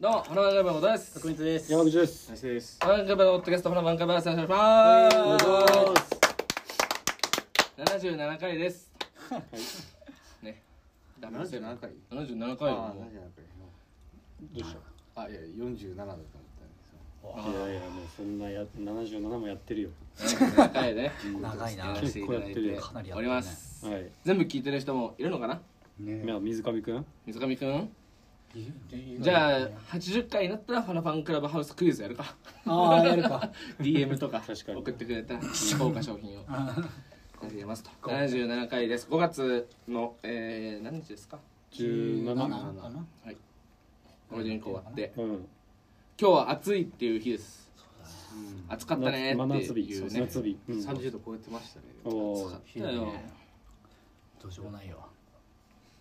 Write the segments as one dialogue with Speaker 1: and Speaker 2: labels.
Speaker 1: どうも、花丸ごです。
Speaker 2: 角光です。
Speaker 3: 山口です。
Speaker 2: 林です。
Speaker 1: 花丸のオッドキャスト、花丸ごです。お願いし
Speaker 3: お
Speaker 1: ま
Speaker 3: 願いし
Speaker 1: す。
Speaker 3: ます
Speaker 1: 七十七回です。ね。ダメ
Speaker 2: 七
Speaker 1: です
Speaker 2: 十
Speaker 1: よ
Speaker 2: 七回。
Speaker 1: 七十七
Speaker 2: あ
Speaker 1: 回よ
Speaker 2: あ、七十七回。
Speaker 3: どうしよ
Speaker 2: あ、いや、四十七だと思ったんですよ。
Speaker 3: う。いやいやもうそんなや七十七もやってるよ。
Speaker 1: 77回ね。
Speaker 4: 長いな
Speaker 1: やらせていただい
Speaker 3: 結構やってる
Speaker 1: て
Speaker 3: よ
Speaker 4: かなりや
Speaker 1: お
Speaker 4: って
Speaker 1: り
Speaker 4: るね
Speaker 1: ます。
Speaker 3: はい。
Speaker 1: 全部聞いてる人もいるのかな
Speaker 4: ね
Speaker 3: まあ水上くん。
Speaker 1: 水上くん
Speaker 4: え
Speaker 1: じゃあ、80回になったら、ファナファンクラブハウスクイズやるか。
Speaker 4: ああやるか
Speaker 1: DM とか
Speaker 3: 確かに
Speaker 1: 送ってくれたら豪華商品を差し上げますと77回です5月の、えー、何日ですか
Speaker 3: 十
Speaker 4: な
Speaker 3: 七。
Speaker 4: んかな
Speaker 1: はいゴールデンウィーク終わって
Speaker 3: うん。
Speaker 1: 今日は暑いっていう日です暑かったね
Speaker 3: 夏
Speaker 1: ー
Speaker 3: 真
Speaker 1: って
Speaker 3: 夏
Speaker 1: い
Speaker 3: 日。
Speaker 1: うね
Speaker 3: 夏日。うん
Speaker 2: 三十度超えてましたね。
Speaker 1: 暑
Speaker 3: おお
Speaker 1: かっ。
Speaker 3: ー
Speaker 1: たよ
Speaker 4: ねどうしようもないよ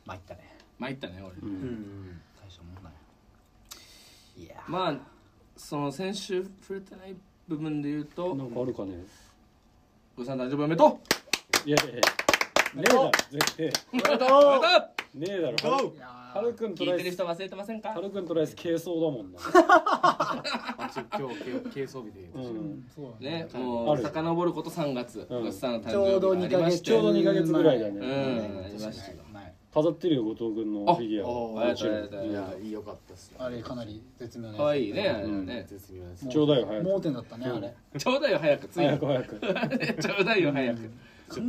Speaker 4: 参ったね
Speaker 1: 参ったね俺、
Speaker 2: う
Speaker 3: う。
Speaker 2: んん。
Speaker 4: 大したもんないいや
Speaker 1: まあその先週触れてない部分で言うと
Speaker 3: なんかあるかね。
Speaker 1: ごさん誕生日おめでと
Speaker 3: いやいやいや。ねえだろ絶対。
Speaker 1: うおめでとうおめでとう
Speaker 3: ねえだろ。はる
Speaker 4: い
Speaker 3: は
Speaker 4: や
Speaker 3: るくんとり
Speaker 1: 聞
Speaker 3: あ
Speaker 1: いてる
Speaker 3: えず。
Speaker 1: 人忘れてませんか
Speaker 3: はるくんとりあえず軽装だ もんな。
Speaker 2: あ、ちょ、今日、け、軽装備で。
Speaker 3: う
Speaker 2: うん
Speaker 3: ん。
Speaker 4: そうだ
Speaker 1: ね
Speaker 4: ね、
Speaker 1: も
Speaker 3: あ
Speaker 1: う
Speaker 3: る
Speaker 1: 遡ること3月、
Speaker 3: うん
Speaker 1: ごっさんの誕
Speaker 4: ちょうど
Speaker 1: 生日があり
Speaker 4: 2ヶ
Speaker 1: ま
Speaker 4: 月
Speaker 1: して
Speaker 3: ちょうど二ヶ月ぐらいだね
Speaker 1: うんありました
Speaker 4: ね
Speaker 3: 飾ってるよ後藤くんのフィギュアを。
Speaker 2: お
Speaker 1: ありが
Speaker 2: ー
Speaker 1: とうござい
Speaker 2: い
Speaker 1: ま
Speaker 2: や、いいよかったっすね。
Speaker 4: あれかなり絶妙なやつ
Speaker 1: かわいいね、あれ
Speaker 3: うん
Speaker 1: ね
Speaker 2: 絶妙です
Speaker 4: も。
Speaker 3: ちょうだいよ早く
Speaker 4: 盲点だったねあれ
Speaker 1: ちょうだいよ早くつい
Speaker 3: 早
Speaker 1: に
Speaker 3: く早く。
Speaker 1: ちょうだいよ早く
Speaker 4: 考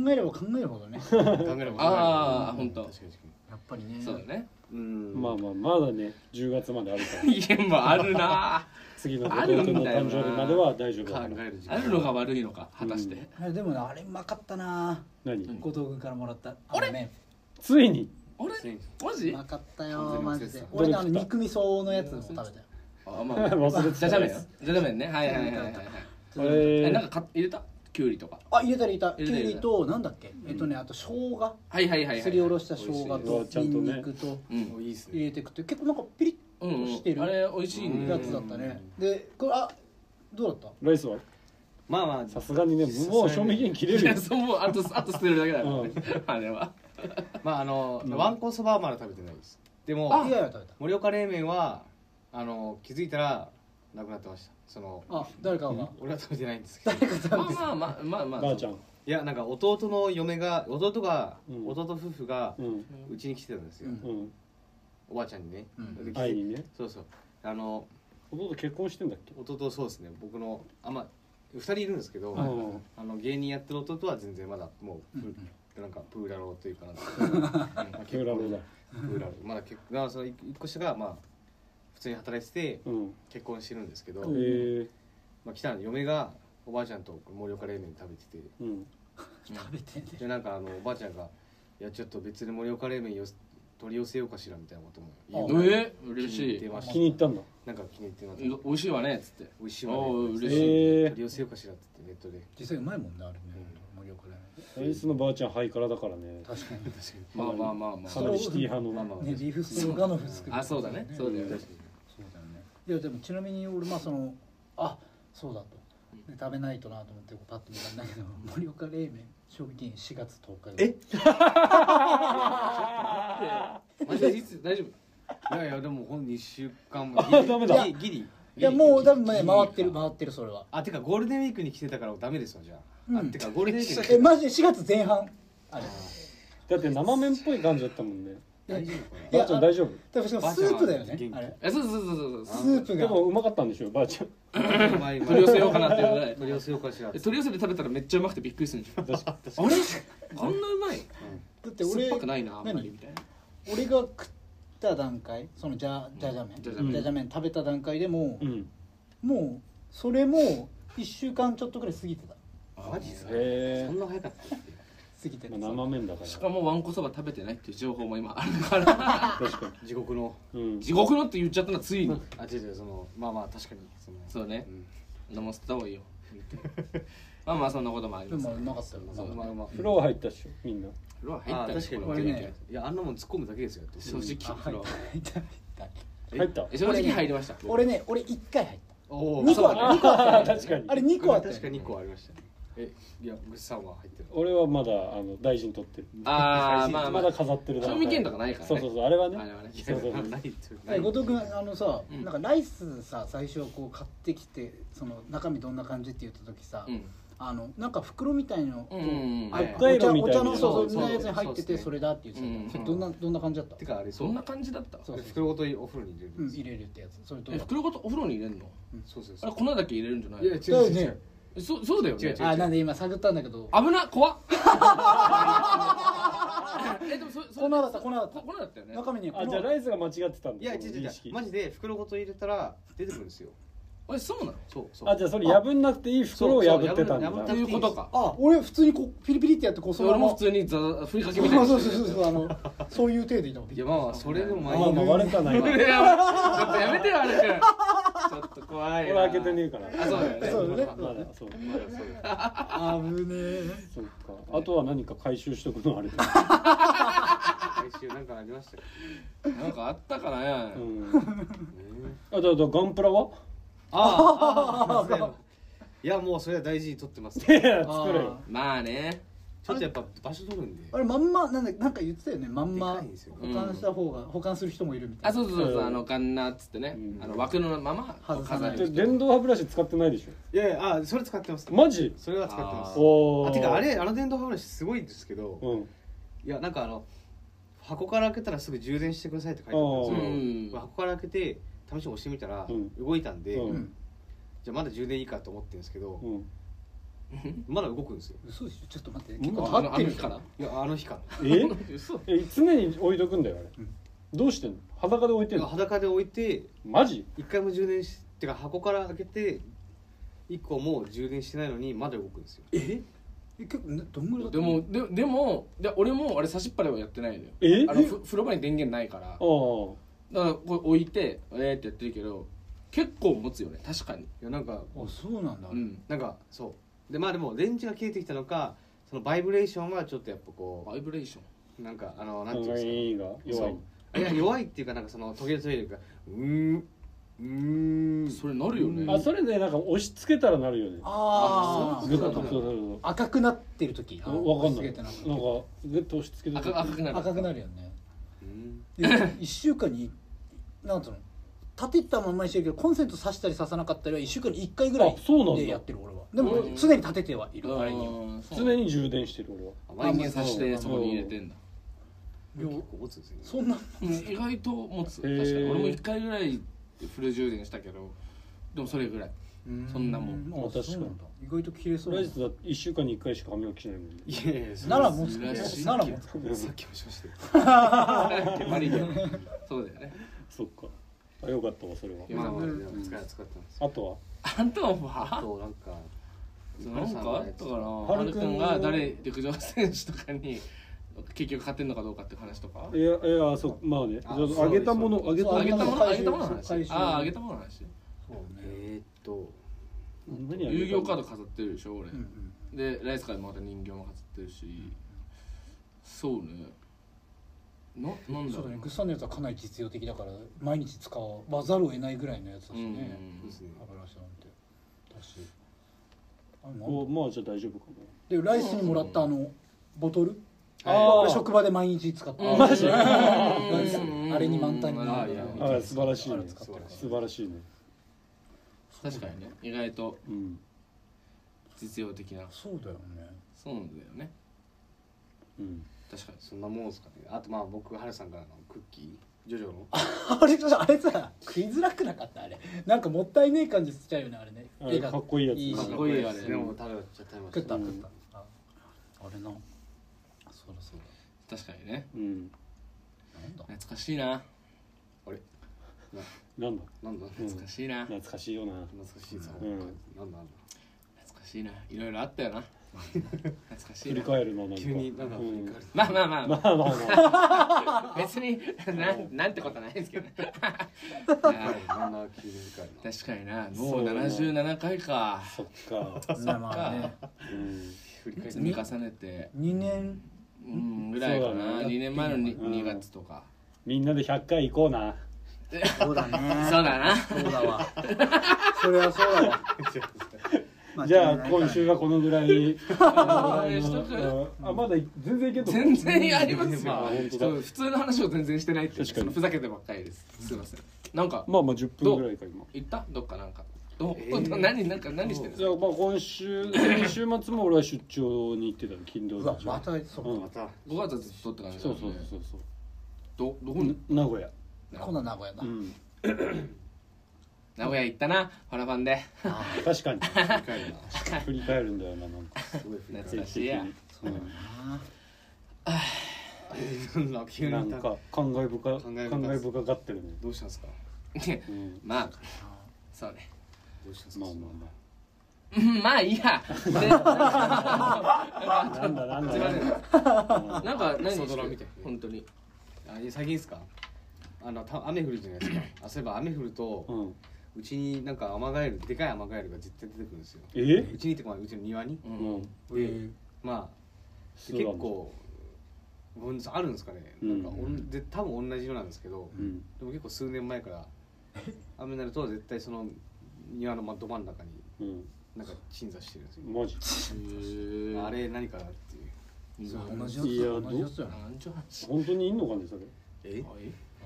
Speaker 4: えれば考えるほどね
Speaker 2: 考えれば考えれば
Speaker 1: あーほんと
Speaker 2: 確かに確かに
Speaker 4: やっぱりね
Speaker 1: そうだね
Speaker 2: うん。
Speaker 3: まあまあまだね10月まであるから。
Speaker 1: いやもうあるな
Speaker 3: 次の
Speaker 1: あ
Speaker 3: 弟
Speaker 1: る
Speaker 3: の
Speaker 1: んだよな
Speaker 3: 誕生日までは大丈夫だ
Speaker 2: 考
Speaker 3: から。
Speaker 2: える時間。
Speaker 1: あるのが。悪いのか果たして、
Speaker 3: うん
Speaker 4: あれでもねあれうまかったな
Speaker 3: 何？
Speaker 4: 後藤君からもらったあれね
Speaker 3: ついに。
Speaker 1: あれマジ
Speaker 4: うまかったよマ
Speaker 2: 完全に忘れてた
Speaker 4: ジで俺ねあ
Speaker 3: どれ食
Speaker 4: の
Speaker 3: った
Speaker 4: 肉味噌のやつも食べたよ
Speaker 1: あまあ
Speaker 3: 忘れて
Speaker 1: じ
Speaker 3: た
Speaker 1: ゃ
Speaker 3: やつ
Speaker 1: じゃ麺よじゃじゃ麺ねはいはいはいはいはい
Speaker 3: これ
Speaker 1: えなんかか入れたきゅうりとか
Speaker 4: あ入れた入れたき
Speaker 1: 入
Speaker 4: ゅ
Speaker 1: れた
Speaker 4: うりとなんだっけえっとねあと生姜
Speaker 1: はいはいはいはい
Speaker 4: すりおろした生姜
Speaker 3: 美味しいね
Speaker 4: と
Speaker 3: ちゃ
Speaker 4: ニ
Speaker 3: んと
Speaker 4: ン
Speaker 3: ね
Speaker 4: ニクと
Speaker 1: うん
Speaker 2: いいっす
Speaker 4: 入
Speaker 2: ね。
Speaker 4: れていくって結構なんかピリ
Speaker 1: うん
Speaker 4: ッとして
Speaker 1: うん、あれ
Speaker 4: る
Speaker 1: 美味しいね
Speaker 4: やつだったねでこれあどうだっ
Speaker 3: ライスは
Speaker 2: まあまあ。
Speaker 3: さすがにねもう賞味期限切れ
Speaker 1: い
Speaker 3: るよ
Speaker 1: や。そうもうあとあと捨てるだけだから、ね
Speaker 3: う
Speaker 1: あれは
Speaker 2: まああの、わんこそばはまだ食べてないですでも
Speaker 4: たいやいや食べた
Speaker 2: 盛岡冷麺はあの気づいたらなくなってましたその
Speaker 4: あ誰かが
Speaker 2: 俺は食べてないんですけど
Speaker 1: まあまあまあまあまあ
Speaker 3: ばあちゃん。
Speaker 2: いやなんか弟の嫁が弟が、
Speaker 3: うん
Speaker 2: 弟夫婦が
Speaker 3: うん
Speaker 2: うちに来てたんですよ、
Speaker 4: うん
Speaker 3: うん。
Speaker 2: おばあちゃんにね、
Speaker 4: うん
Speaker 2: で来て
Speaker 3: 愛にね。
Speaker 2: そうそうあの
Speaker 3: 弟結婚してんだっけ？
Speaker 2: 弟そうですね僕のあんま2人いるんですけど、
Speaker 3: うん
Speaker 2: あの芸人やってる弟は全然まだもう、
Speaker 4: うん
Speaker 2: なんかプーラローというかなん か、うんまあ
Speaker 3: プーラロだ。
Speaker 2: プーラロまだ結だからその1個下がまあ普通に働いてて
Speaker 3: うん。
Speaker 2: 結婚してるんですけど、
Speaker 3: えー
Speaker 2: まあ、来たの嫁がおばあちゃんと盛岡冷麺食べてて
Speaker 3: うん。
Speaker 4: 食べてね
Speaker 2: でなんかあのおばあちゃんが「いやちょっと別に盛岡冷麺よ取り寄せようかしら」みたいなことも言うぐらい
Speaker 1: えー、嬉
Speaker 2: 気に
Speaker 1: し
Speaker 2: 入って
Speaker 1: い
Speaker 2: まし
Speaker 3: 気に入ったたんだ。
Speaker 2: なんか気に入ってます
Speaker 1: 美味しいわねっつって
Speaker 2: 美味しいわね
Speaker 1: おー
Speaker 2: 取
Speaker 1: 嬉
Speaker 2: り
Speaker 1: し
Speaker 2: 寄
Speaker 1: い
Speaker 3: えー。
Speaker 2: 寄せようかしらって言ってネットで
Speaker 4: 実際うまいもんねあれね盛岡で
Speaker 3: ライスのばあちゃんハイカラだからね。
Speaker 4: 確かに
Speaker 2: 確
Speaker 1: まあまあまあま
Speaker 3: かなりシティ派の。
Speaker 2: まあまあ
Speaker 4: ねビーフストロガノフ作る
Speaker 1: ああそうだねそうだよね
Speaker 4: そうだよねいやでもちなみに俺まあそのあそうだとで食べないとなと思ってこうパッと見たんだけど盛岡冷麺賞味期限4月10日よ
Speaker 2: えマジでいつ大丈夫いやいやでもほん2週間も
Speaker 3: あダメだ
Speaker 2: ギリギリギリ
Speaker 4: いやもう多分ね
Speaker 2: ギリ
Speaker 4: 回ってる
Speaker 2: か
Speaker 4: 回ってるそれは
Speaker 2: あてかゴールデンウィークに来てたからダメですわじゃあ、あ
Speaker 4: うん
Speaker 2: てかゴールデンウィークに来
Speaker 4: え
Speaker 2: て
Speaker 4: マジで4月前半あれ
Speaker 3: だって生麺っぽい感じだったもんね。
Speaker 2: 大丈夫かな
Speaker 3: ばあちゃん大丈夫？
Speaker 4: でもしかもスープだよねあれ
Speaker 1: えそうそうそうそう
Speaker 4: ス
Speaker 1: そう
Speaker 4: ープ
Speaker 3: でも
Speaker 4: が
Speaker 3: うまかったんでしょばあちゃん。
Speaker 2: 取
Speaker 1: 取り寄せようかなっていうぐらい
Speaker 2: 取り寄せようかしら
Speaker 1: え取り寄せで食べたらめっちゃうまくてびっくりするん じゃん
Speaker 3: 確か
Speaker 1: あれこんなうまい
Speaker 4: だって
Speaker 1: 酸っ
Speaker 4: 俺
Speaker 1: ぱくないなあんまり
Speaker 4: 何
Speaker 1: みたいな
Speaker 4: 俺が食った段階そのじゃじゃじゃ麺
Speaker 1: じ
Speaker 4: じ
Speaker 1: ゃ
Speaker 4: ゃ
Speaker 1: じ
Speaker 4: じ
Speaker 1: ゃ
Speaker 4: ゃ
Speaker 1: 麺
Speaker 4: 麺食べた段階で も
Speaker 3: うん。
Speaker 4: もうそれも1週間ちょっとくらい過ぎてた
Speaker 2: マジっすか
Speaker 3: へ
Speaker 2: そんな早かったっ
Speaker 4: 過ぎて
Speaker 3: え。
Speaker 4: た
Speaker 3: まあ生麺だか
Speaker 1: し
Speaker 3: ら
Speaker 1: かもわんこそば食べてないっていう情報も今あるから
Speaker 3: 確か
Speaker 2: け地獄の
Speaker 3: に。うん。
Speaker 1: 地獄のって言っちゃったなついに
Speaker 2: あ違う違うそのまあまあ確かにその
Speaker 1: そうね
Speaker 2: ん
Speaker 1: 飲ませた方がいいよまあまあそんなこともあり
Speaker 4: で
Speaker 1: ます
Speaker 4: もうまかったよ
Speaker 2: まあまあまあ
Speaker 3: 風呂入ったっしょみんな。
Speaker 1: フロア入
Speaker 2: あ
Speaker 1: った
Speaker 2: 確かに
Speaker 1: これ
Speaker 4: ね
Speaker 2: いやあんなもん突っ込むだけですよ
Speaker 1: 正直フロア
Speaker 4: 入った入った
Speaker 3: 入った。
Speaker 1: え正直入りました
Speaker 4: 俺ね俺1回入った
Speaker 2: おお
Speaker 4: 2個あった2個あった
Speaker 3: 確かに
Speaker 4: あれ2個あったよ
Speaker 2: 確かに2個ありましたねえいやグッさんは入ってる
Speaker 3: 俺はまだあの大事に取ってる
Speaker 1: ああまあま
Speaker 3: ま
Speaker 1: あ
Speaker 3: だ飾ってる
Speaker 1: 賞味期限とかないからね
Speaker 3: そうそうそうあれはね
Speaker 1: あれはね
Speaker 3: そ うそうそう
Speaker 2: ないっていう
Speaker 4: え後藤君あのさ、
Speaker 1: うん
Speaker 4: なんかライスさ最初こう買ってきてその中身どんな感じって言った時さ、
Speaker 1: うん
Speaker 4: あのなんか袋みたいの、
Speaker 1: うんうんうん
Speaker 4: あ
Speaker 1: ね
Speaker 4: お茶
Speaker 3: 北海道み
Speaker 4: お
Speaker 3: たいな
Speaker 4: 茶のそ
Speaker 1: そう
Speaker 4: うそんなやつに入っ
Speaker 1: そ
Speaker 4: て
Speaker 1: うそう
Speaker 4: て
Speaker 1: そう
Speaker 4: それだって言ってた、
Speaker 1: うん
Speaker 4: どんなどんな感じだった
Speaker 2: てかあれ
Speaker 1: そんな感じだった
Speaker 4: そうそう
Speaker 2: 袋ごとお風呂に入れる
Speaker 4: うん
Speaker 2: んです
Speaker 4: 入
Speaker 2: よ
Speaker 4: れるってやつそれと
Speaker 1: え袋ごとお風呂に入れるの
Speaker 2: そうそう
Speaker 1: あ
Speaker 2: そ
Speaker 1: れ粉だけ入れるんじゃないう
Speaker 2: いや違う違う違う
Speaker 1: えそうそうだよね
Speaker 2: 違う違う
Speaker 4: あなんで今探ったんだけど
Speaker 1: 危な怖っえでもそそ
Speaker 4: 粉だった粉だった
Speaker 1: こ粉だったよね
Speaker 4: 中身に
Speaker 3: あじゃあライスが間違ってたんだ
Speaker 2: いや違う違う
Speaker 3: 認識
Speaker 2: マジで袋ごと入れたら出てくるんですよ
Speaker 1: えそうなの
Speaker 2: そうそう
Speaker 3: あじゃあそれ破んなくていい袋を破ってたんだ
Speaker 2: そうそう破ん
Speaker 1: ということか
Speaker 4: あ俺普通にこうピリピリってやってこう
Speaker 1: そ
Speaker 4: そ
Speaker 1: れ
Speaker 4: のま
Speaker 1: 俺
Speaker 4: ま
Speaker 1: も普通にざふりかけ
Speaker 4: そう
Speaker 1: みたいに
Speaker 4: そうそ うそうそうあのそういう程度いたもん
Speaker 2: い やまあまあそれでもま
Speaker 3: ま
Speaker 2: あい
Speaker 3: あ
Speaker 2: い
Speaker 3: まあ割れたない
Speaker 1: や
Speaker 3: 俺
Speaker 1: ちょっとやめてよあれちょっと怖いな
Speaker 3: 開けてねえから
Speaker 1: あそうだよね
Speaker 4: そうだね
Speaker 1: まあま
Speaker 3: まだそう
Speaker 2: まあそう
Speaker 4: 危ねえ
Speaker 3: そうかあとは何か回収しとくのあれだ
Speaker 2: 来週なんかありましたか
Speaker 1: あなんかあったかな
Speaker 3: うんあだだガンプラは
Speaker 2: あーあ ーいやもうそれは大事に取ってます
Speaker 3: い
Speaker 2: ち
Speaker 3: や作れよ
Speaker 1: まあね
Speaker 2: ょっとやっぱ場所取るんで
Speaker 4: あれまんまなんだなんか言ってたよねまんま
Speaker 2: でかいんですよ
Speaker 4: 保管した方が、保管する人もいるみた
Speaker 1: あ
Speaker 4: いな
Speaker 1: そうそうそうそう
Speaker 3: うん
Speaker 1: あのガンナーっつってね
Speaker 3: うん
Speaker 1: あの枠のままこう飾
Speaker 3: で
Speaker 1: る
Speaker 3: 電動歯ブラシ使ってないでしょ
Speaker 2: いやいやあそれ使ってます
Speaker 3: マジ
Speaker 2: それは使ってます
Speaker 1: あー
Speaker 3: お
Speaker 2: あ
Speaker 3: ー
Speaker 2: てかあれあの電動歯ブラシすごいんですけど、
Speaker 3: うん
Speaker 2: いやなんかあの箱から開けたらすぐ充電してくださいって書いてあったんです
Speaker 1: うん
Speaker 2: よ箱から開けて試しに押してみたら
Speaker 3: うん
Speaker 2: 動いたんで、
Speaker 3: うん
Speaker 4: うん
Speaker 2: じゃあまだ充電いいかと思ってるんですけど、
Speaker 3: うん
Speaker 2: まだ動くんですよ
Speaker 4: 嘘でしょちょっと待って
Speaker 3: ん
Speaker 4: 結構
Speaker 1: あの
Speaker 4: 張っ
Speaker 1: あ
Speaker 4: て
Speaker 1: の
Speaker 4: る
Speaker 1: 日から
Speaker 2: いやあの日から
Speaker 3: え
Speaker 1: 嘘
Speaker 3: え常に置いとくんだよあれ、
Speaker 4: うん
Speaker 3: どうしてんの裸で置いてん
Speaker 2: いや
Speaker 3: の
Speaker 2: 裸で置いて
Speaker 3: マジ
Speaker 2: 一回も充電してか箱から開けて一個も充電してないのにまだ動くんですよ
Speaker 1: え
Speaker 4: え結構ねどんぐらいだった
Speaker 1: でもででもで俺もあれ差しっぱではやってないのよ
Speaker 3: え
Speaker 1: あのふ風呂場に電源ないから
Speaker 3: あー
Speaker 1: だからこれ置いてえーってやってるけど結構持つよね確かに
Speaker 2: いやなんか
Speaker 4: あそうなんだ、
Speaker 1: うん
Speaker 2: なんかそうでまあでも電池が切れてきたのかそのバイブレーションはちょっとやっぱこ
Speaker 1: バイブレーション
Speaker 2: うなんかあのなんていうん
Speaker 3: 運
Speaker 2: ですか
Speaker 3: 営が弱い
Speaker 2: そういや弱いっていうかなんかその途切れ途切れがうーんうーん
Speaker 1: それなるよね
Speaker 2: うん
Speaker 3: あそれねなんか押し付けたらなるよね
Speaker 4: あ
Speaker 1: あ
Speaker 4: あ
Speaker 1: そ
Speaker 3: グ
Speaker 1: う
Speaker 3: ッ
Speaker 1: な
Speaker 3: と
Speaker 1: んだ
Speaker 3: そうそうそう
Speaker 4: 赤くなってる時あ
Speaker 3: わかんない
Speaker 4: すげえって
Speaker 3: なん
Speaker 4: ん
Speaker 3: か
Speaker 4: か
Speaker 3: グッと押し付けて
Speaker 1: 赤赤くなる
Speaker 4: 赤くなるよね
Speaker 2: うん
Speaker 4: で一週間になんつうの立てたまんまにしてるけどコンセント挿したり挿さなかったりは一週間に一回ぐら
Speaker 3: あ
Speaker 4: い
Speaker 3: そうなんだ
Speaker 4: でやってる俺はでも
Speaker 1: うん
Speaker 4: 常に立ててはいるあれには
Speaker 1: うんそう
Speaker 3: 常に充電してる俺は
Speaker 2: あ
Speaker 1: 電
Speaker 2: 毎
Speaker 1: 源さ
Speaker 2: 日
Speaker 1: してそこに入れてんだ
Speaker 2: 結構持つんですよね
Speaker 4: そんな
Speaker 1: うん意外と持つ
Speaker 3: へ
Speaker 1: 確
Speaker 3: ー
Speaker 1: かに俺も1回ぐらいフル充電したけどでもそれぐらいそんなもん
Speaker 4: う
Speaker 3: あ確かに
Speaker 4: そうなんだ意外と切れそうな
Speaker 3: ラ
Speaker 4: ん
Speaker 3: イ
Speaker 4: だ
Speaker 3: スだって1週間に1回しか歯磨きしないもんね
Speaker 2: いやいやそれ
Speaker 4: なら持つ
Speaker 1: 珍しい
Speaker 4: なら持つ
Speaker 2: さっきもしましたよ
Speaker 1: マリリン そうだよね
Speaker 3: そっかあよかったわそれは
Speaker 1: や
Speaker 2: まあまあ使い使ったんですよ
Speaker 3: あとは
Speaker 1: あんた
Speaker 2: あ
Speaker 1: は
Speaker 2: となんか
Speaker 1: なんかあったかな
Speaker 3: ハ
Speaker 1: ハ
Speaker 3: ル
Speaker 1: ル
Speaker 3: く
Speaker 1: く
Speaker 3: ん
Speaker 1: んが誰陸上選手とかに結局勝てんのかどうかって話とか
Speaker 3: いやいやそうまあね
Speaker 2: あ
Speaker 3: じゃあ
Speaker 2: そう
Speaker 3: あげたもの
Speaker 2: そ
Speaker 3: あ
Speaker 2: う
Speaker 3: げた
Speaker 4: そ
Speaker 1: あ
Speaker 4: う
Speaker 3: も
Speaker 1: げた
Speaker 3: の
Speaker 1: ものあ
Speaker 4: 回収
Speaker 1: げたものの話
Speaker 4: 回収
Speaker 1: あああげたものの話
Speaker 4: そうね
Speaker 2: えーっと
Speaker 3: 何あげた
Speaker 1: 遊戯王カード飾ってるでしょ俺
Speaker 4: うんうん
Speaker 1: でライスからまた人形も飾ってるしそうねななんだ
Speaker 4: そ
Speaker 1: ろ
Speaker 4: うだ
Speaker 1: う
Speaker 4: ね
Speaker 1: な
Speaker 4: グッサンのやつはかなり実用的だから毎日使わざるを得ないぐらいのやつだ
Speaker 1: う
Speaker 4: し
Speaker 1: ん
Speaker 4: ね
Speaker 2: そうですね
Speaker 4: 歯ブラシなんてだしあれなん
Speaker 3: お
Speaker 4: だ
Speaker 3: まあじゃあ大丈夫かも
Speaker 4: でライスにもらったあのボトル
Speaker 3: あ
Speaker 4: こ
Speaker 3: ー
Speaker 4: れ職場で毎日使って
Speaker 1: うん
Speaker 4: る
Speaker 3: マジ
Speaker 4: ライスあれに満タンに
Speaker 1: あ
Speaker 4: ない
Speaker 1: や
Speaker 3: あー素晴らしいね
Speaker 4: あれ使ってるから
Speaker 3: 素晴らしいね
Speaker 1: 確かにね意外と
Speaker 3: うん
Speaker 1: 実用的な
Speaker 4: そうだよね
Speaker 1: そうなんだよね
Speaker 3: うん
Speaker 1: 確かに
Speaker 2: そんなもんですかねあとまあ僕ハルさんからのクッキージョジョの
Speaker 4: あれあれさ食いづらくなかったあれなんかもったいねえ感じしちゃうよねあれね
Speaker 3: あれ
Speaker 4: 絵が
Speaker 3: かっこいいやつ
Speaker 4: いいし
Speaker 1: かっこいいあれ
Speaker 2: でも食べちゃ食べました
Speaker 4: 食った
Speaker 3: うん
Speaker 4: 食ったああれなそうだそう
Speaker 1: 確かにね
Speaker 3: うん
Speaker 4: だなんだ
Speaker 1: 懐かしいな
Speaker 3: なんだ
Speaker 2: なんだ
Speaker 3: うん
Speaker 1: 懐かしいな
Speaker 3: 懐かしいよな
Speaker 2: 懐かしいぞ、
Speaker 3: うん
Speaker 2: なんだなんだ
Speaker 1: 懐かしいないろいろあったよな懐かし
Speaker 3: 振
Speaker 1: い
Speaker 3: り
Speaker 1: な
Speaker 3: 返るのなんか
Speaker 2: 急になんか
Speaker 3: う
Speaker 2: 振り
Speaker 3: ん
Speaker 2: 返る
Speaker 1: まあまあまあ
Speaker 3: まあまあまあ
Speaker 1: 別になんなんてことはないです けどね
Speaker 2: はいなんだ急に振り返るな
Speaker 1: 確かにな
Speaker 3: そ
Speaker 1: も
Speaker 3: う
Speaker 1: う
Speaker 3: だな
Speaker 1: 77回か
Speaker 3: そっか
Speaker 4: まあまあね
Speaker 3: うん
Speaker 2: 振り返る
Speaker 1: 積み重ねて
Speaker 4: 2年
Speaker 1: うんぐらいか
Speaker 3: そうだ
Speaker 1: な
Speaker 3: ね
Speaker 1: 2年前のに
Speaker 3: うん
Speaker 1: 2月とか
Speaker 3: みんなで100回行こうな
Speaker 4: そうだね
Speaker 1: そうだな
Speaker 4: そうだわそれはそうだわま
Speaker 3: じゃあ
Speaker 4: ちょっとね
Speaker 3: 今週はこのぐらいあの
Speaker 1: えしとく
Speaker 3: うんあまだ全然いけると思う
Speaker 1: 全然ありますよ
Speaker 3: まあ本当だ
Speaker 1: そう普通の話を全然してないっていう
Speaker 3: 確か
Speaker 1: そ
Speaker 3: に
Speaker 1: のふざけてばっかりですすいませんなんか
Speaker 3: まあまあ10分ぐらいか今
Speaker 1: 行ったどっかなんかどう、
Speaker 2: えー
Speaker 1: 何なんか何してるんで
Speaker 3: じ
Speaker 1: す
Speaker 3: ゃ
Speaker 1: か
Speaker 3: あまあ今週先週末も俺は出張に行ってたの勤労
Speaker 4: う
Speaker 3: 出
Speaker 4: わ
Speaker 3: 張
Speaker 4: またそっか、
Speaker 3: うん
Speaker 2: また
Speaker 1: 5月はずっとって感じ
Speaker 3: そうそう
Speaker 1: う
Speaker 3: そうそう
Speaker 1: どどこ
Speaker 3: う
Speaker 1: に、
Speaker 3: ん名古屋
Speaker 4: 今度は名古屋だ、
Speaker 3: うん
Speaker 1: 名古屋行ったなファラファンで
Speaker 4: あ
Speaker 3: 確かに
Speaker 2: 振り返るな
Speaker 3: 振り返るんだよななんか
Speaker 2: すごい振り返
Speaker 1: 懐かしいや
Speaker 3: うん
Speaker 4: あ
Speaker 2: るなんか急に
Speaker 3: な
Speaker 2: なんんか
Speaker 3: か感慨深
Speaker 2: 感慨深
Speaker 3: 感慨深がってるね
Speaker 2: どうしたんですか
Speaker 3: うん
Speaker 1: まあ
Speaker 4: あ
Speaker 1: そうね
Speaker 2: どうしたんですか
Speaker 3: まあま
Speaker 1: うんまあいいやでなん
Speaker 3: あまあ
Speaker 1: か
Speaker 3: なんだなんだ
Speaker 1: すいません
Speaker 3: うん
Speaker 1: なんか何
Speaker 2: 朝
Speaker 1: して
Speaker 2: ドラ
Speaker 1: る
Speaker 2: 見て
Speaker 1: 本当に
Speaker 2: あいや最近ですかあのた雨降るじゃないですかあそういえば雨降ると、
Speaker 3: う
Speaker 2: うんちになんかアマガエルでかいアマガエルが絶対出てくるんですよ
Speaker 3: え
Speaker 2: うちにってかまあうちの庭に
Speaker 1: う
Speaker 3: うんん
Speaker 4: ー
Speaker 2: で
Speaker 4: え
Speaker 2: まあ
Speaker 3: そう
Speaker 2: 結
Speaker 3: なんだ
Speaker 2: 構うんあるんですかね、
Speaker 3: うん
Speaker 2: なんかおんで多分同じようなんですけど、
Speaker 3: うん
Speaker 2: でも結構数年前から雨になると絶対その庭のまど真ん中に
Speaker 3: うん
Speaker 2: なんか鎮座してるんですよ、
Speaker 3: マジ
Speaker 2: あれ何かなっていう
Speaker 1: う
Speaker 4: ー
Speaker 1: ん
Speaker 4: そう同じ
Speaker 3: いや
Speaker 4: やつ同じやつ
Speaker 1: な
Speaker 4: やなん
Speaker 1: ちゅう話
Speaker 3: 本当にいんのかねそれ
Speaker 2: え
Speaker 4: あー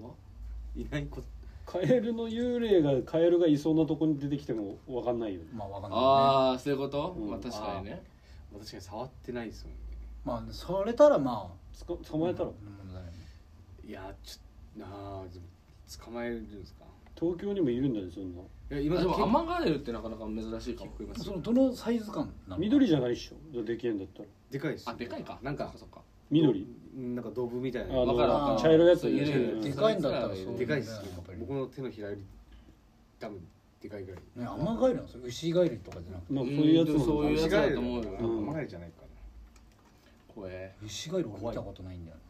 Speaker 1: 怖っ
Speaker 2: いないこ
Speaker 3: カエルの幽霊がカエルがいそうなとこに出てきてもわかんないよね
Speaker 4: まあわかんない、ね、
Speaker 1: ああそういうこと、
Speaker 3: うん
Speaker 1: まあ確かにね
Speaker 2: まあ確かに触ってないですもんね
Speaker 4: まあそれたらまあ
Speaker 3: つか捕まえたら
Speaker 4: うんだよね
Speaker 2: いやちょっとなあでも捕まえるんですか
Speaker 3: 東京にもいるんだねそんな
Speaker 1: 今
Speaker 2: 今
Speaker 1: でもア
Speaker 2: ま
Speaker 1: マガエルってなかなか珍しいかも
Speaker 2: 結構います
Speaker 4: そ
Speaker 2: よ
Speaker 4: のどのサイズ感なの
Speaker 3: 緑じゃないっしょじゃあできへんだったら
Speaker 2: でかいです
Speaker 1: あでかいか
Speaker 2: なんか
Speaker 1: そっか
Speaker 3: 緑
Speaker 2: うんなんかドブみたい
Speaker 3: あ
Speaker 2: な
Speaker 1: わかるわか
Speaker 3: の
Speaker 1: る
Speaker 3: 茶色いやつ
Speaker 1: そうゆるゆる
Speaker 4: でかいんだったら
Speaker 1: そ
Speaker 4: そうう
Speaker 2: でかいっす
Speaker 4: や
Speaker 2: ね
Speaker 4: っぱり
Speaker 2: 僕の手のひらより多分でかいぐらい
Speaker 4: ねアマガエルなんですよ牛ガエルとかじゃなくて
Speaker 3: なんかそういうやつ
Speaker 1: うんそう
Speaker 3: も
Speaker 1: いうやつだと思うよ
Speaker 2: 間違える
Speaker 3: う
Speaker 2: よ
Speaker 3: ん
Speaker 2: 間違えるじゃないかな
Speaker 1: 怖え
Speaker 4: 牛ガエル俺見たことないんだよな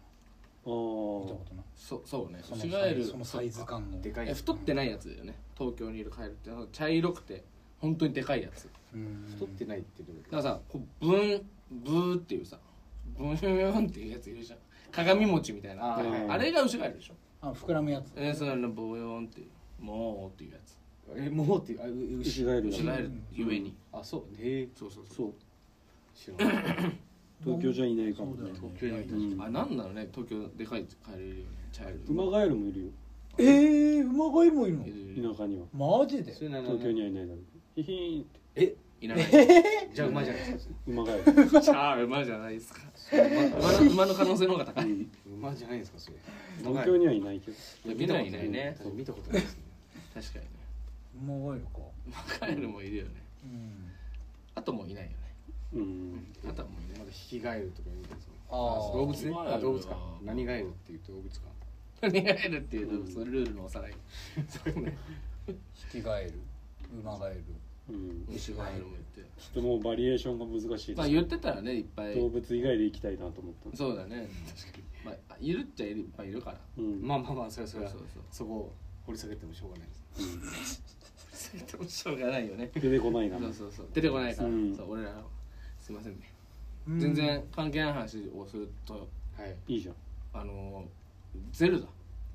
Speaker 4: 見た
Speaker 3: あ
Speaker 4: ことない
Speaker 1: そそうね
Speaker 4: その
Speaker 1: シガエル
Speaker 4: そのサイズ感の
Speaker 2: でかい
Speaker 1: え太ってないやつだよね東京にいるカエルって茶色くて本当にでかいやつ
Speaker 4: うん
Speaker 2: 太ってないってどういうこ
Speaker 1: だからさこうブンブーっていうさブンっていうやついるじゃん鏡餅みたいな
Speaker 2: あ
Speaker 1: あ,、
Speaker 2: ー
Speaker 3: はいはい
Speaker 1: あれが牛ガエルでしょ
Speaker 4: あ膨らむやつ
Speaker 1: えー、そのボヨンっていうもうっていうやつ
Speaker 2: とえもうってあう
Speaker 3: あ
Speaker 2: 牛
Speaker 3: 牛ガエルだ
Speaker 1: 牛ガエルゆえに、
Speaker 2: あそうへえ
Speaker 1: そうそうそう
Speaker 3: そう
Speaker 2: 知 らない
Speaker 3: 東京じゃいないかも
Speaker 4: そう
Speaker 3: ね
Speaker 4: だよ
Speaker 2: 東京にはいた
Speaker 3: うん
Speaker 1: あなんなのね東京でかいカエルいるよね茶色い
Speaker 3: 馬ガエルもいるよ
Speaker 4: えー馬ガエルもいるの
Speaker 1: いるいる
Speaker 3: 田舎には
Speaker 4: マジで
Speaker 2: それなの
Speaker 3: 東京にはいないだろうヒヒーンって
Speaker 2: え
Speaker 1: いらない
Speaker 2: じゃあ馬じゃないですか
Speaker 3: 馬ガエル
Speaker 1: じゃあ馬じゃないですか馬の馬の可能性の方が高い
Speaker 2: 馬じゃないですかそれ
Speaker 3: 東京にはいないけど
Speaker 1: 見ないいないね
Speaker 2: そう見たことないですね
Speaker 1: 確かにね
Speaker 4: 馬ガエルか
Speaker 1: カエルもいるよね
Speaker 4: うん
Speaker 1: あともういないよね
Speaker 3: うん
Speaker 1: あとはもういない
Speaker 2: まだヒキガエルとかいるんですよ
Speaker 4: あー
Speaker 2: 動物ね
Speaker 1: ガエルは
Speaker 2: あ動物か何ガエルっていう動物か
Speaker 1: 何がいるっていうとそのルールのおさらいそう ね
Speaker 4: ヒキガエル馬ガエル
Speaker 3: うん
Speaker 1: 牛ガエルもいて
Speaker 3: ちょっともうバリエーションが難しいです
Speaker 1: まあ言ってたらねいっぱい
Speaker 3: 動物以外で行きたいなと思ったんです
Speaker 1: そうだねまあいるっちゃいるいっぱいいるから
Speaker 3: うん
Speaker 2: まあまあまあそれはそれは
Speaker 1: そうそうそう
Speaker 2: そこを掘り下げてもしょうがないです
Speaker 1: それともしょうがないよね
Speaker 3: 出てこない
Speaker 1: そ
Speaker 3: な
Speaker 1: うそうそう出てこないから
Speaker 3: うん
Speaker 1: そう俺らはすいませんね全然関係ない話をすると
Speaker 2: はい
Speaker 3: いいじゃん
Speaker 1: あのゼルダ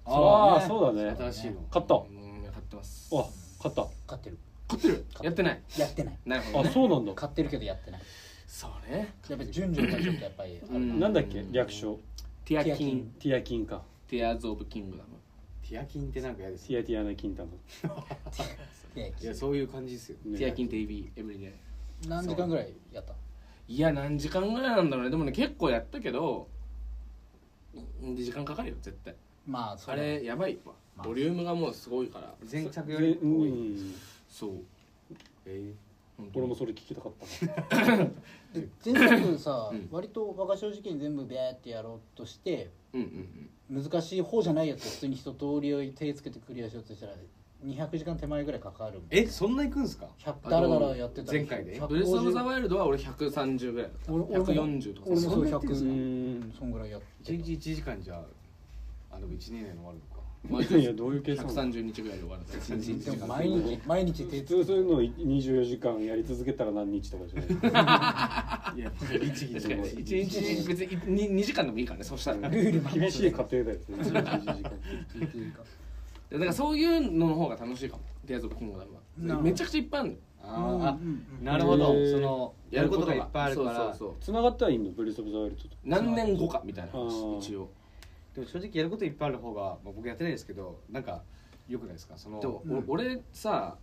Speaker 3: ああ
Speaker 2: ね
Speaker 3: そうだね
Speaker 2: 新しいの
Speaker 3: 勝ったあ
Speaker 1: うん買ってます
Speaker 3: 勝った
Speaker 4: 飼ってる
Speaker 1: 買ってるやってない
Speaker 4: やってない
Speaker 1: なるほど
Speaker 3: あ
Speaker 1: ね
Speaker 3: そうなんだ
Speaker 4: 飼ってるけどやってない
Speaker 1: そうね
Speaker 4: やっぱり順序がちょっとやっぱりあ
Speaker 1: う
Speaker 4: る
Speaker 1: ん
Speaker 3: なんだっけ略称
Speaker 1: ティア
Speaker 4: ティア
Speaker 1: キ
Speaker 4: キ
Speaker 1: ン
Speaker 4: ン
Speaker 3: ティアキンか
Speaker 1: ティアーズ・オブ・キングダム
Speaker 2: ティアキンってなんか嫌です
Speaker 3: ティアティアナキンタム
Speaker 4: で
Speaker 2: いやそういう感じですよ
Speaker 3: ね
Speaker 1: ティアキン・デイビー・エブリデ
Speaker 4: 何時間ぐらいやった
Speaker 1: イいや何時間ぐらいなんだろうねでもね結構やったけどうん時間かかるよ絶対
Speaker 4: まあそ
Speaker 1: あれやばいわ
Speaker 4: まあ
Speaker 1: ボリュームがもうすごいから
Speaker 2: 前作よ
Speaker 3: ぜ
Speaker 2: り
Speaker 3: う
Speaker 2: 多い
Speaker 3: ん
Speaker 1: そう
Speaker 2: え
Speaker 1: 本当
Speaker 3: 俺
Speaker 1: に
Speaker 3: もそれ聞きたかったな
Speaker 4: で全部さ、
Speaker 1: うん
Speaker 4: 割と我が正直に全部ビャーってやろうとして
Speaker 1: うんうん
Speaker 4: 難しい方じゃないやつを普通に一通りを手つけてクリアしようとしたら200時間手前ぐらいかかるもん
Speaker 2: えそんな行くんですか
Speaker 4: 100ダラダラやってたら
Speaker 2: 前回で
Speaker 1: うんブレス・オブ・ザ・
Speaker 4: 150
Speaker 1: ワイルドは俺130ぐらいだった
Speaker 4: 俺俺も
Speaker 1: 140とか
Speaker 4: 俺もそう
Speaker 2: そんなやってん
Speaker 3: う
Speaker 2: すか
Speaker 4: 100
Speaker 3: ん
Speaker 4: そんぐらいやっ
Speaker 2: 一
Speaker 4: てた
Speaker 2: 日一時間じゃあでも一年で終わるのか
Speaker 1: まあ
Speaker 3: いやいやどういう計算
Speaker 1: 130日ぐらいで終わるんです
Speaker 2: 一日
Speaker 4: でも毎日毎日手
Speaker 3: 普
Speaker 4: つ
Speaker 3: 通そういうのを24時間やり続けたら何日とかじゃない
Speaker 2: いや律儀
Speaker 1: 確
Speaker 2: じ
Speaker 1: か
Speaker 2: ゃな
Speaker 1: に
Speaker 2: い
Speaker 1: 1日別に2時間でもいいからねそしたら
Speaker 3: 厳しい家庭だよね24時間
Speaker 4: けていいか
Speaker 1: だからそういうのの方が楽しいかも「デアゾブキングダム
Speaker 4: な
Speaker 1: は」
Speaker 4: るほど
Speaker 1: めちゃくちゃいっぱいあるのよ
Speaker 2: あーあ
Speaker 4: うん
Speaker 2: なるほど
Speaker 3: へー
Speaker 2: そのやることがいっぱいあるから
Speaker 1: そうそうそう
Speaker 3: 繋がったらいいのブレス・オブ・ザ・ワイルドと
Speaker 1: 何年後かみたいな話
Speaker 3: うん
Speaker 1: 一応
Speaker 2: でも正直やることいっぱいある方が、まあ、僕やってないですけどなんかよくないですかその
Speaker 1: でも
Speaker 4: うん
Speaker 1: お俺さ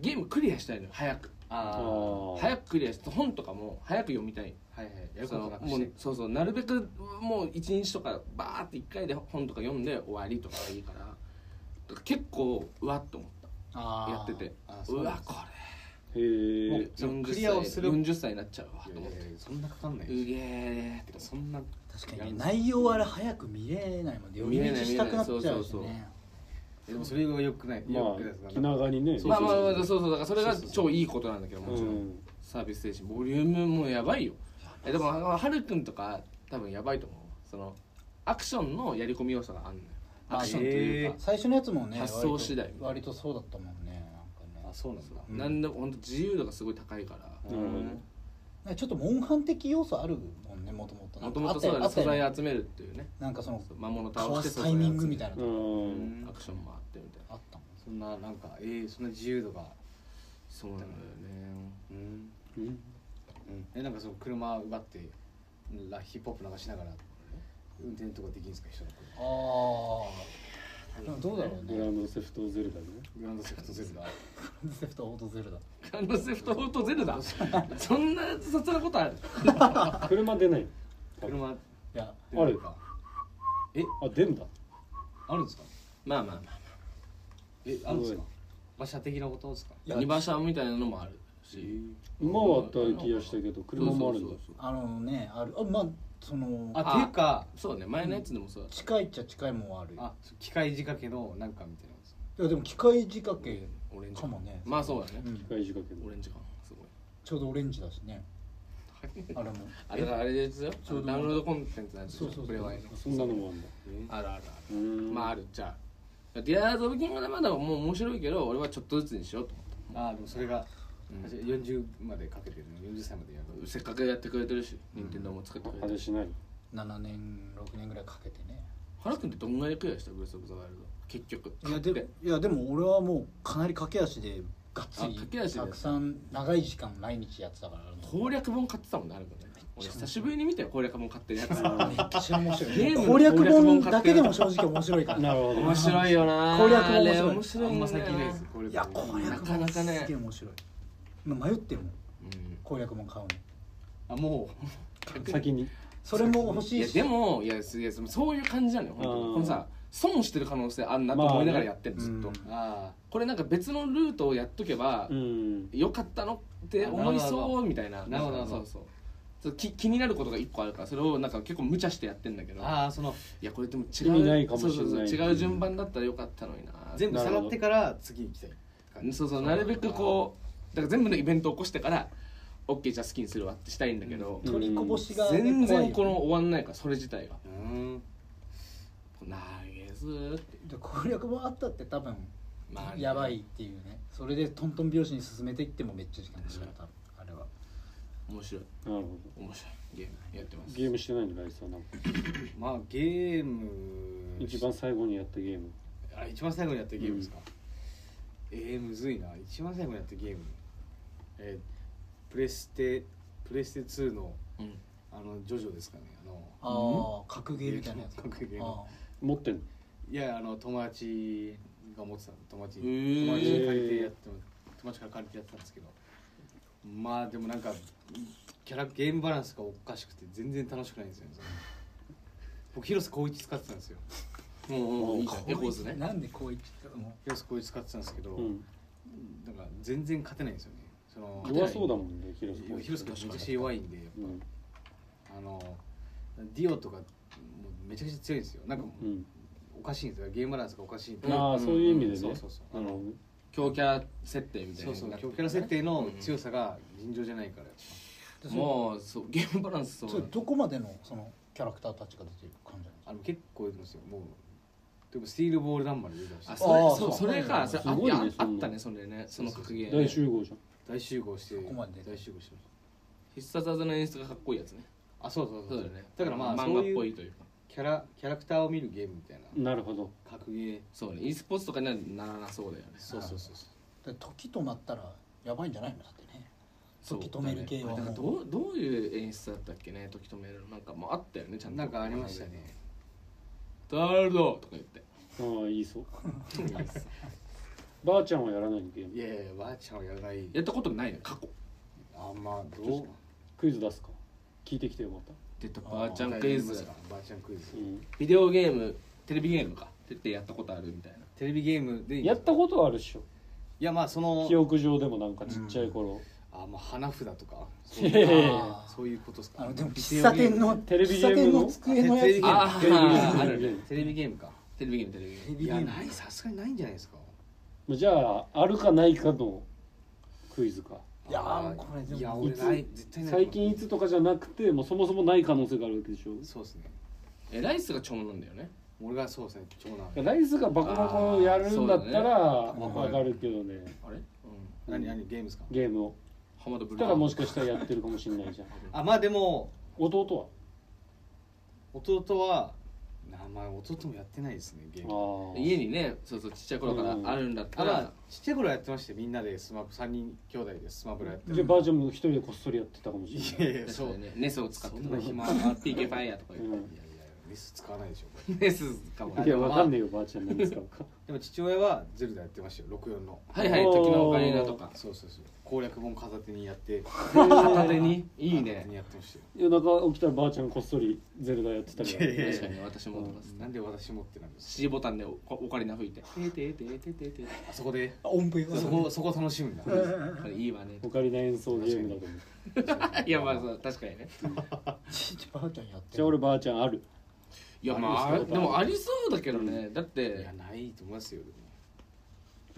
Speaker 1: ゲームクリアしたいのよ早く
Speaker 2: あー
Speaker 3: あー
Speaker 1: 早くクリアして本とかも早く読みたい
Speaker 2: はいはいやる
Speaker 1: そ
Speaker 2: こ
Speaker 1: の
Speaker 2: となく
Speaker 1: も
Speaker 2: し
Speaker 1: う
Speaker 2: て
Speaker 1: そうそうなるべくもう一日とかバーって一回で本とか読んで終わりとかがいいからだから結構うわっと思っ
Speaker 4: あ
Speaker 1: たやっ
Speaker 4: ー
Speaker 1: てて
Speaker 2: あー
Speaker 1: う
Speaker 2: そうなん
Speaker 1: わ
Speaker 2: です
Speaker 1: こ
Speaker 3: へ
Speaker 1: れ
Speaker 3: え
Speaker 2: その
Speaker 1: 40
Speaker 2: クリアを
Speaker 1: 歳
Speaker 2: する
Speaker 1: 40歳になっちゃうわと
Speaker 2: いやい
Speaker 1: 思っ
Speaker 2: や
Speaker 1: て
Speaker 2: いやそんなかかんないうで
Speaker 1: げえ
Speaker 2: しょそんな
Speaker 4: 確かにね内容はあれ早く見れないもんで読
Speaker 1: 見
Speaker 4: み
Speaker 1: れない
Speaker 4: 道したくなっちゃうしね
Speaker 1: そうそうそう
Speaker 2: でもそれがよくない
Speaker 3: ま
Speaker 2: よ
Speaker 3: あ
Speaker 2: くないですか
Speaker 3: 気長にね
Speaker 1: まあまあまあそう
Speaker 3: う
Speaker 1: そうだからそれが超いいことなんだけどもちろん、
Speaker 3: ん
Speaker 1: サービス精神ボリュームもやばいよえでもあのはるくんとか多分やばいと思うそのアクションのやり込み要素があるのよ
Speaker 4: まあ
Speaker 1: アクションというか、
Speaker 4: 最初のやつもね
Speaker 1: 発想次第
Speaker 4: 割と割とそうだったもんねなんか
Speaker 2: あ
Speaker 4: ね
Speaker 2: そうなんだ
Speaker 4: うん
Speaker 1: なんでも本当自由度がすごい高いから
Speaker 3: なるほどね
Speaker 4: なんかちょっとモンハン的要素あるもんねもともと
Speaker 1: もともとそうだね素材集めるっていうね
Speaker 4: なんかその
Speaker 1: 魔物
Speaker 4: か
Speaker 1: 倒
Speaker 4: わ
Speaker 1: して
Speaker 4: す
Speaker 1: 素
Speaker 4: タ
Speaker 1: 材
Speaker 4: イ
Speaker 1: 集め
Speaker 4: ミ
Speaker 1: る
Speaker 4: ングみたいな
Speaker 3: う
Speaker 4: の
Speaker 3: ん
Speaker 1: アクションもあってみたいな
Speaker 4: あったもん
Speaker 2: そんななんかえー、そんな自由度が
Speaker 1: そうなんだよね
Speaker 2: うん、
Speaker 3: うん
Speaker 2: うん、えなんかその車奪ってラヒップホップ流しながら運転とかできるんですか人の車
Speaker 4: ああでもどうだろう
Speaker 3: グ
Speaker 4: ね
Speaker 3: ランドセフトゼルダね
Speaker 2: グランドセフトゼルダ
Speaker 4: コンセプトオートゼルだ
Speaker 1: ガンドセフトオートゼルダそんな雑なことある
Speaker 3: 車出ない
Speaker 2: 車あ
Speaker 4: いや
Speaker 3: ある
Speaker 2: か
Speaker 3: あ出んだ
Speaker 2: あるんですか
Speaker 1: まあまあまあ
Speaker 2: えあるんですか馬車的なことですか
Speaker 4: いや
Speaker 1: 二馬車みたいなのもあるし
Speaker 3: 馬はあった気がしたけど車もあるんだ
Speaker 1: そうそうそうそう
Speaker 4: あのねあるあまあその
Speaker 2: あっていうか
Speaker 1: そうね前のやつでもそうだった
Speaker 4: 近いっちゃ近いもんあるよ
Speaker 2: あそう機械仕掛けのなんかみたいなことですか
Speaker 4: いやでも機械仕掛け、
Speaker 1: オレンジ
Speaker 4: かもね
Speaker 1: まあそうだね
Speaker 4: う、ん
Speaker 3: 機械仕掛け
Speaker 1: オ
Speaker 3: の
Speaker 1: レンジ感すごい
Speaker 4: ちょうどオレンジだしねあれも
Speaker 1: あだからあれですよ
Speaker 4: ちょうど
Speaker 1: ダウンロードコンテンツなんです
Speaker 4: そう
Speaker 1: よ
Speaker 4: そうそう
Speaker 1: プレワイの
Speaker 3: そんなのもあんだ
Speaker 1: あるある
Speaker 3: う
Speaker 1: ある
Speaker 3: ん
Speaker 1: まああるじゃあディアーズ・オブ・キングダムはまだもう面白いけど俺はちょっとずつにしようと思っ
Speaker 2: あでもそれが、40までかけてるの40歳までやる
Speaker 1: たせっかくやってくれてるし任天堂も作ってくれ
Speaker 3: あ
Speaker 1: て
Speaker 3: れ
Speaker 1: るし
Speaker 3: しない
Speaker 4: 7年6年ぐらいかけてね
Speaker 1: 原君ってどんぐらいクリアしたブレス・オブ・ザ・ワイルド結局
Speaker 4: いやでも
Speaker 1: 買って
Speaker 4: いやでも俺はもうかなり駆け足でがっつ
Speaker 1: あ
Speaker 4: り
Speaker 1: 駆け足で
Speaker 4: たくさん長い時間毎日やってたから
Speaker 1: 攻略本買ってたもんねあるからね俺久しぶりに見たよ攻略本買ってるや つ
Speaker 4: めっちゃ面 白い
Speaker 1: ゲームの
Speaker 4: 攻略本
Speaker 1: 攻略本買ってる
Speaker 4: だけでも正直面白いから
Speaker 3: なるほど
Speaker 1: 面白いよな
Speaker 4: 攻略
Speaker 1: あ
Speaker 4: 本面白い
Speaker 1: れ面白
Speaker 2: あ
Speaker 1: い
Speaker 2: ん
Speaker 1: ん
Speaker 2: ま
Speaker 1: だよ
Speaker 2: 先
Speaker 1: ない
Speaker 2: ないですこれ
Speaker 4: いや攻略
Speaker 1: なかな
Speaker 4: 本
Speaker 1: か
Speaker 4: す
Speaker 1: ね
Speaker 4: げえ面白い今迷ってるもん
Speaker 1: うん
Speaker 4: 攻略本買うの
Speaker 2: あも う
Speaker 3: 先に
Speaker 4: それも欲し
Speaker 1: い
Speaker 4: い
Speaker 1: や
Speaker 4: し
Speaker 1: でもいやすいやそういう感じなのよ本当
Speaker 3: う
Speaker 1: に
Speaker 3: ん
Speaker 1: このさ損してる可能性あんなと思いながらやってんのずっと、
Speaker 4: まあね
Speaker 2: あ
Speaker 1: これなんか別のルートをやっとけば、
Speaker 3: うん
Speaker 1: よかったのって思いそうみたいな
Speaker 2: なるほど
Speaker 1: んか
Speaker 2: なるほど
Speaker 1: そうそうそうき気になることが一個あるからそれをなんか結構無茶してやってんだけど
Speaker 2: ああその
Speaker 1: いやこれでも違う
Speaker 3: 意味ないかもしれない
Speaker 1: そうそうそう違う順番だったらよかったのにな
Speaker 2: 全部
Speaker 3: な
Speaker 2: 下
Speaker 3: るほ
Speaker 2: が
Speaker 3: ど
Speaker 2: ってから次に行きたい
Speaker 1: うんそうそうなるべくこうだから全部のイベントを起こしてから OK じゃあ好きにするわってしたいんだけど、
Speaker 3: うん
Speaker 4: 取りこぼしがね
Speaker 1: 全
Speaker 4: 怖い
Speaker 1: 然
Speaker 4: よ
Speaker 1: この終わんないからそれ自体が
Speaker 2: ううん
Speaker 1: 「なげず」って
Speaker 4: で攻略本あったって多分
Speaker 1: まあ
Speaker 4: やばいっていうねそれでトントン拍子に進めていってもめっちゃ時間かかる多分あれは
Speaker 1: 面白い
Speaker 3: なるほ
Speaker 1: 面白いゲームやってま
Speaker 3: ど
Speaker 1: す
Speaker 3: ゲームしてないのライスはなんか
Speaker 2: まあゲーム
Speaker 3: 一番最後にやったゲーム
Speaker 2: あ一番最後にやったゲームですか、えー、むずいな一番最後にやったゲームえー、プレステプレステ2の
Speaker 1: うん
Speaker 2: あのジョジョですかねあの
Speaker 4: ああ格ゲーみたいなやつ
Speaker 2: 格ゲー
Speaker 4: あ
Speaker 2: の
Speaker 3: 持ってんの
Speaker 2: いやあの友達が持ってたの友達
Speaker 1: へー
Speaker 2: 友達に借りてやっても友達から借りてやってたんですけどまあでもなんかキャラゲームバランスがおかしくて全然楽しくないんですよねそれ僕広瀬光一使ってたんですよ
Speaker 1: もうもういいじゃん
Speaker 4: あ
Speaker 1: エコーズね
Speaker 4: なんでこう言ってたの
Speaker 2: 広瀬光一使ってたんですけど、
Speaker 3: うん
Speaker 2: なんか全然勝てないんですよねその
Speaker 3: 弱そうだもんね広瀬
Speaker 2: 広瀬君めちゃくちゃ弱いんでやっ
Speaker 3: うん
Speaker 2: ぱあのディオとかもうめちゃくちゃ強いんですよなんかもう
Speaker 3: うん
Speaker 2: おかしいんですよゲームバランスがおかしいんで、
Speaker 1: うん
Speaker 3: ああそういう意味で
Speaker 2: そう
Speaker 3: ね
Speaker 2: そうそう
Speaker 3: なるほどね
Speaker 1: 強キャラ設定みたい
Speaker 2: そ
Speaker 1: な
Speaker 2: うそう
Speaker 1: なって
Speaker 2: 強
Speaker 1: る
Speaker 2: キャラ設定の強さが尋常じゃないから、
Speaker 4: で
Speaker 1: もうそうゲームバランスそ
Speaker 4: そうそれどこまでのそのキャラクターたちが出てる感じなんですか
Speaker 2: あの結構出てますよもうでもスティールボールダンまで出てまし
Speaker 1: あ
Speaker 2: た
Speaker 1: それ
Speaker 4: あー
Speaker 1: そう
Speaker 4: そう
Speaker 1: それかそ
Speaker 4: す
Speaker 1: れあ
Speaker 3: ごいね
Speaker 1: いや
Speaker 3: そ
Speaker 1: あ
Speaker 3: んな
Speaker 1: ったねそれねその格ゲー
Speaker 3: 大
Speaker 1: ね
Speaker 3: 集合じ
Speaker 2: 大集合して
Speaker 4: こまで
Speaker 2: 大集合してました
Speaker 1: 必殺技の演出がかっこいいやつね
Speaker 2: あそうそう
Speaker 1: そ
Speaker 2: そうう
Speaker 1: だよね
Speaker 2: だからまあ
Speaker 1: 漫
Speaker 2: そう
Speaker 1: 画っぽ
Speaker 2: いう
Speaker 1: いというか
Speaker 2: キキャラキャラクターを見るゲームみたいな
Speaker 3: なるほど
Speaker 2: 格ゲー
Speaker 1: そうね e スポーツとかにはならなそうだよね
Speaker 2: そうそうそうそう
Speaker 4: で時止まったらやばいんじゃないのだってね
Speaker 1: そう
Speaker 4: 時止める系は
Speaker 1: だからどうどういう演出だったっけね時止めるのなんかもうあったよねちゃんと
Speaker 2: なんかありましたね
Speaker 1: 「ダールド!」とか言って
Speaker 3: ああいいそうばあちゃんはやらないゲーム
Speaker 2: いやいやいやばあちゃんはやらない
Speaker 1: やったことないね過去
Speaker 2: あんまどう
Speaker 3: クイズ出すか聞いてきてよかった
Speaker 1: 出たばあちゃんクイズ
Speaker 2: ばあちゃんクイズ
Speaker 3: うん
Speaker 1: ビデオゲームテレビゲームかってやったことあるみたいな
Speaker 2: テレビゲームで
Speaker 3: やったことはあるっしょ
Speaker 2: いやまあその
Speaker 3: 記憶上でもなんかちっちゃい頃、
Speaker 2: あまあ花札とかそ
Speaker 3: いうやいやい
Speaker 2: いう
Speaker 3: や
Speaker 4: あ
Speaker 2: そういうことですか
Speaker 4: あのでも
Speaker 2: ビ
Speaker 4: 喫
Speaker 2: デ
Speaker 4: 茶
Speaker 2: オゲーム
Speaker 4: 店の
Speaker 3: テレビゲームの
Speaker 4: 喫茶店の机のやつ
Speaker 2: あ
Speaker 1: あ
Speaker 3: テレビゲーム
Speaker 1: ーあ
Speaker 3: テレビゲ
Speaker 1: る
Speaker 3: ーム
Speaker 2: テレビゲームか
Speaker 1: テレビゲームテレビゲーム
Speaker 2: いやないさすがにないんじゃないですか
Speaker 3: じゃああるかないかのクイズか
Speaker 4: いやー
Speaker 2: あー
Speaker 4: これでも
Speaker 2: いや俺ない絶対ない
Speaker 3: 最近いつとかじゃなくてもうそもそもない可能性があるわけでしょ
Speaker 2: そうですね
Speaker 1: えライスが長男だよね
Speaker 2: 俺がそうですね長男
Speaker 3: ライスがバコバコやるんだったら
Speaker 1: ーそうだね
Speaker 3: わかるけどね
Speaker 1: あれうん
Speaker 2: 何何ゲームですか
Speaker 3: ゲームを
Speaker 1: 浜田ブル
Speaker 3: したらもしかしたらやってるかもしれないじゃん
Speaker 2: あまあでも
Speaker 3: 弟
Speaker 2: 弟は名前弟もやってないですねゲーム
Speaker 3: はああ
Speaker 1: 家にねそうそうちっちゃい頃からあるんだった
Speaker 2: あまあ
Speaker 1: ら
Speaker 2: ちっちゃい頃はやってましてみんなでスマブ3人兄弟でスマブラやって
Speaker 3: じゃあばあちゃんも一人でこっそりやってたかもし
Speaker 2: い
Speaker 3: れ
Speaker 2: や
Speaker 3: ない
Speaker 2: いやそう
Speaker 1: そうだよねネスを使ってた
Speaker 2: そんな
Speaker 1: 暇
Speaker 2: 暇
Speaker 1: は PK ファイヤーとか言
Speaker 3: う
Speaker 1: って
Speaker 3: ん
Speaker 2: いやいやリス使わないでしょこれ
Speaker 1: ネスかも
Speaker 2: や
Speaker 1: ね
Speaker 3: いやわかんねえよばあちゃん 何使うか
Speaker 2: でも父親はゼルダやってましたよ64の
Speaker 1: はいはい
Speaker 3: おー
Speaker 1: 時のオカリナとか
Speaker 2: そうそうそう攻略本片手にやって
Speaker 1: 片手にいい
Speaker 2: 片手
Speaker 1: ね
Speaker 2: にやってましたよ
Speaker 3: 夜中起きたらばあちゃんこっそりゼルダやってたから
Speaker 2: いやいや
Speaker 1: 確かに私もとか
Speaker 2: なんで私もってなんです
Speaker 1: C ボタンでオオカリナ吹いて「てててててて」
Speaker 2: あそこで
Speaker 4: 音符
Speaker 2: そこそこ楽しむんだ
Speaker 1: これいいわね
Speaker 3: オカリナ演奏ゲームだと思う
Speaker 1: いやまあそう確かにね
Speaker 4: ちいちばあちゃんやって
Speaker 3: じゃあ俺ばあちゃんある
Speaker 1: いやまあ
Speaker 3: ありますよ
Speaker 1: でもありそうだけどねだっ
Speaker 2: いや
Speaker 1: て
Speaker 2: ないと思いますよでも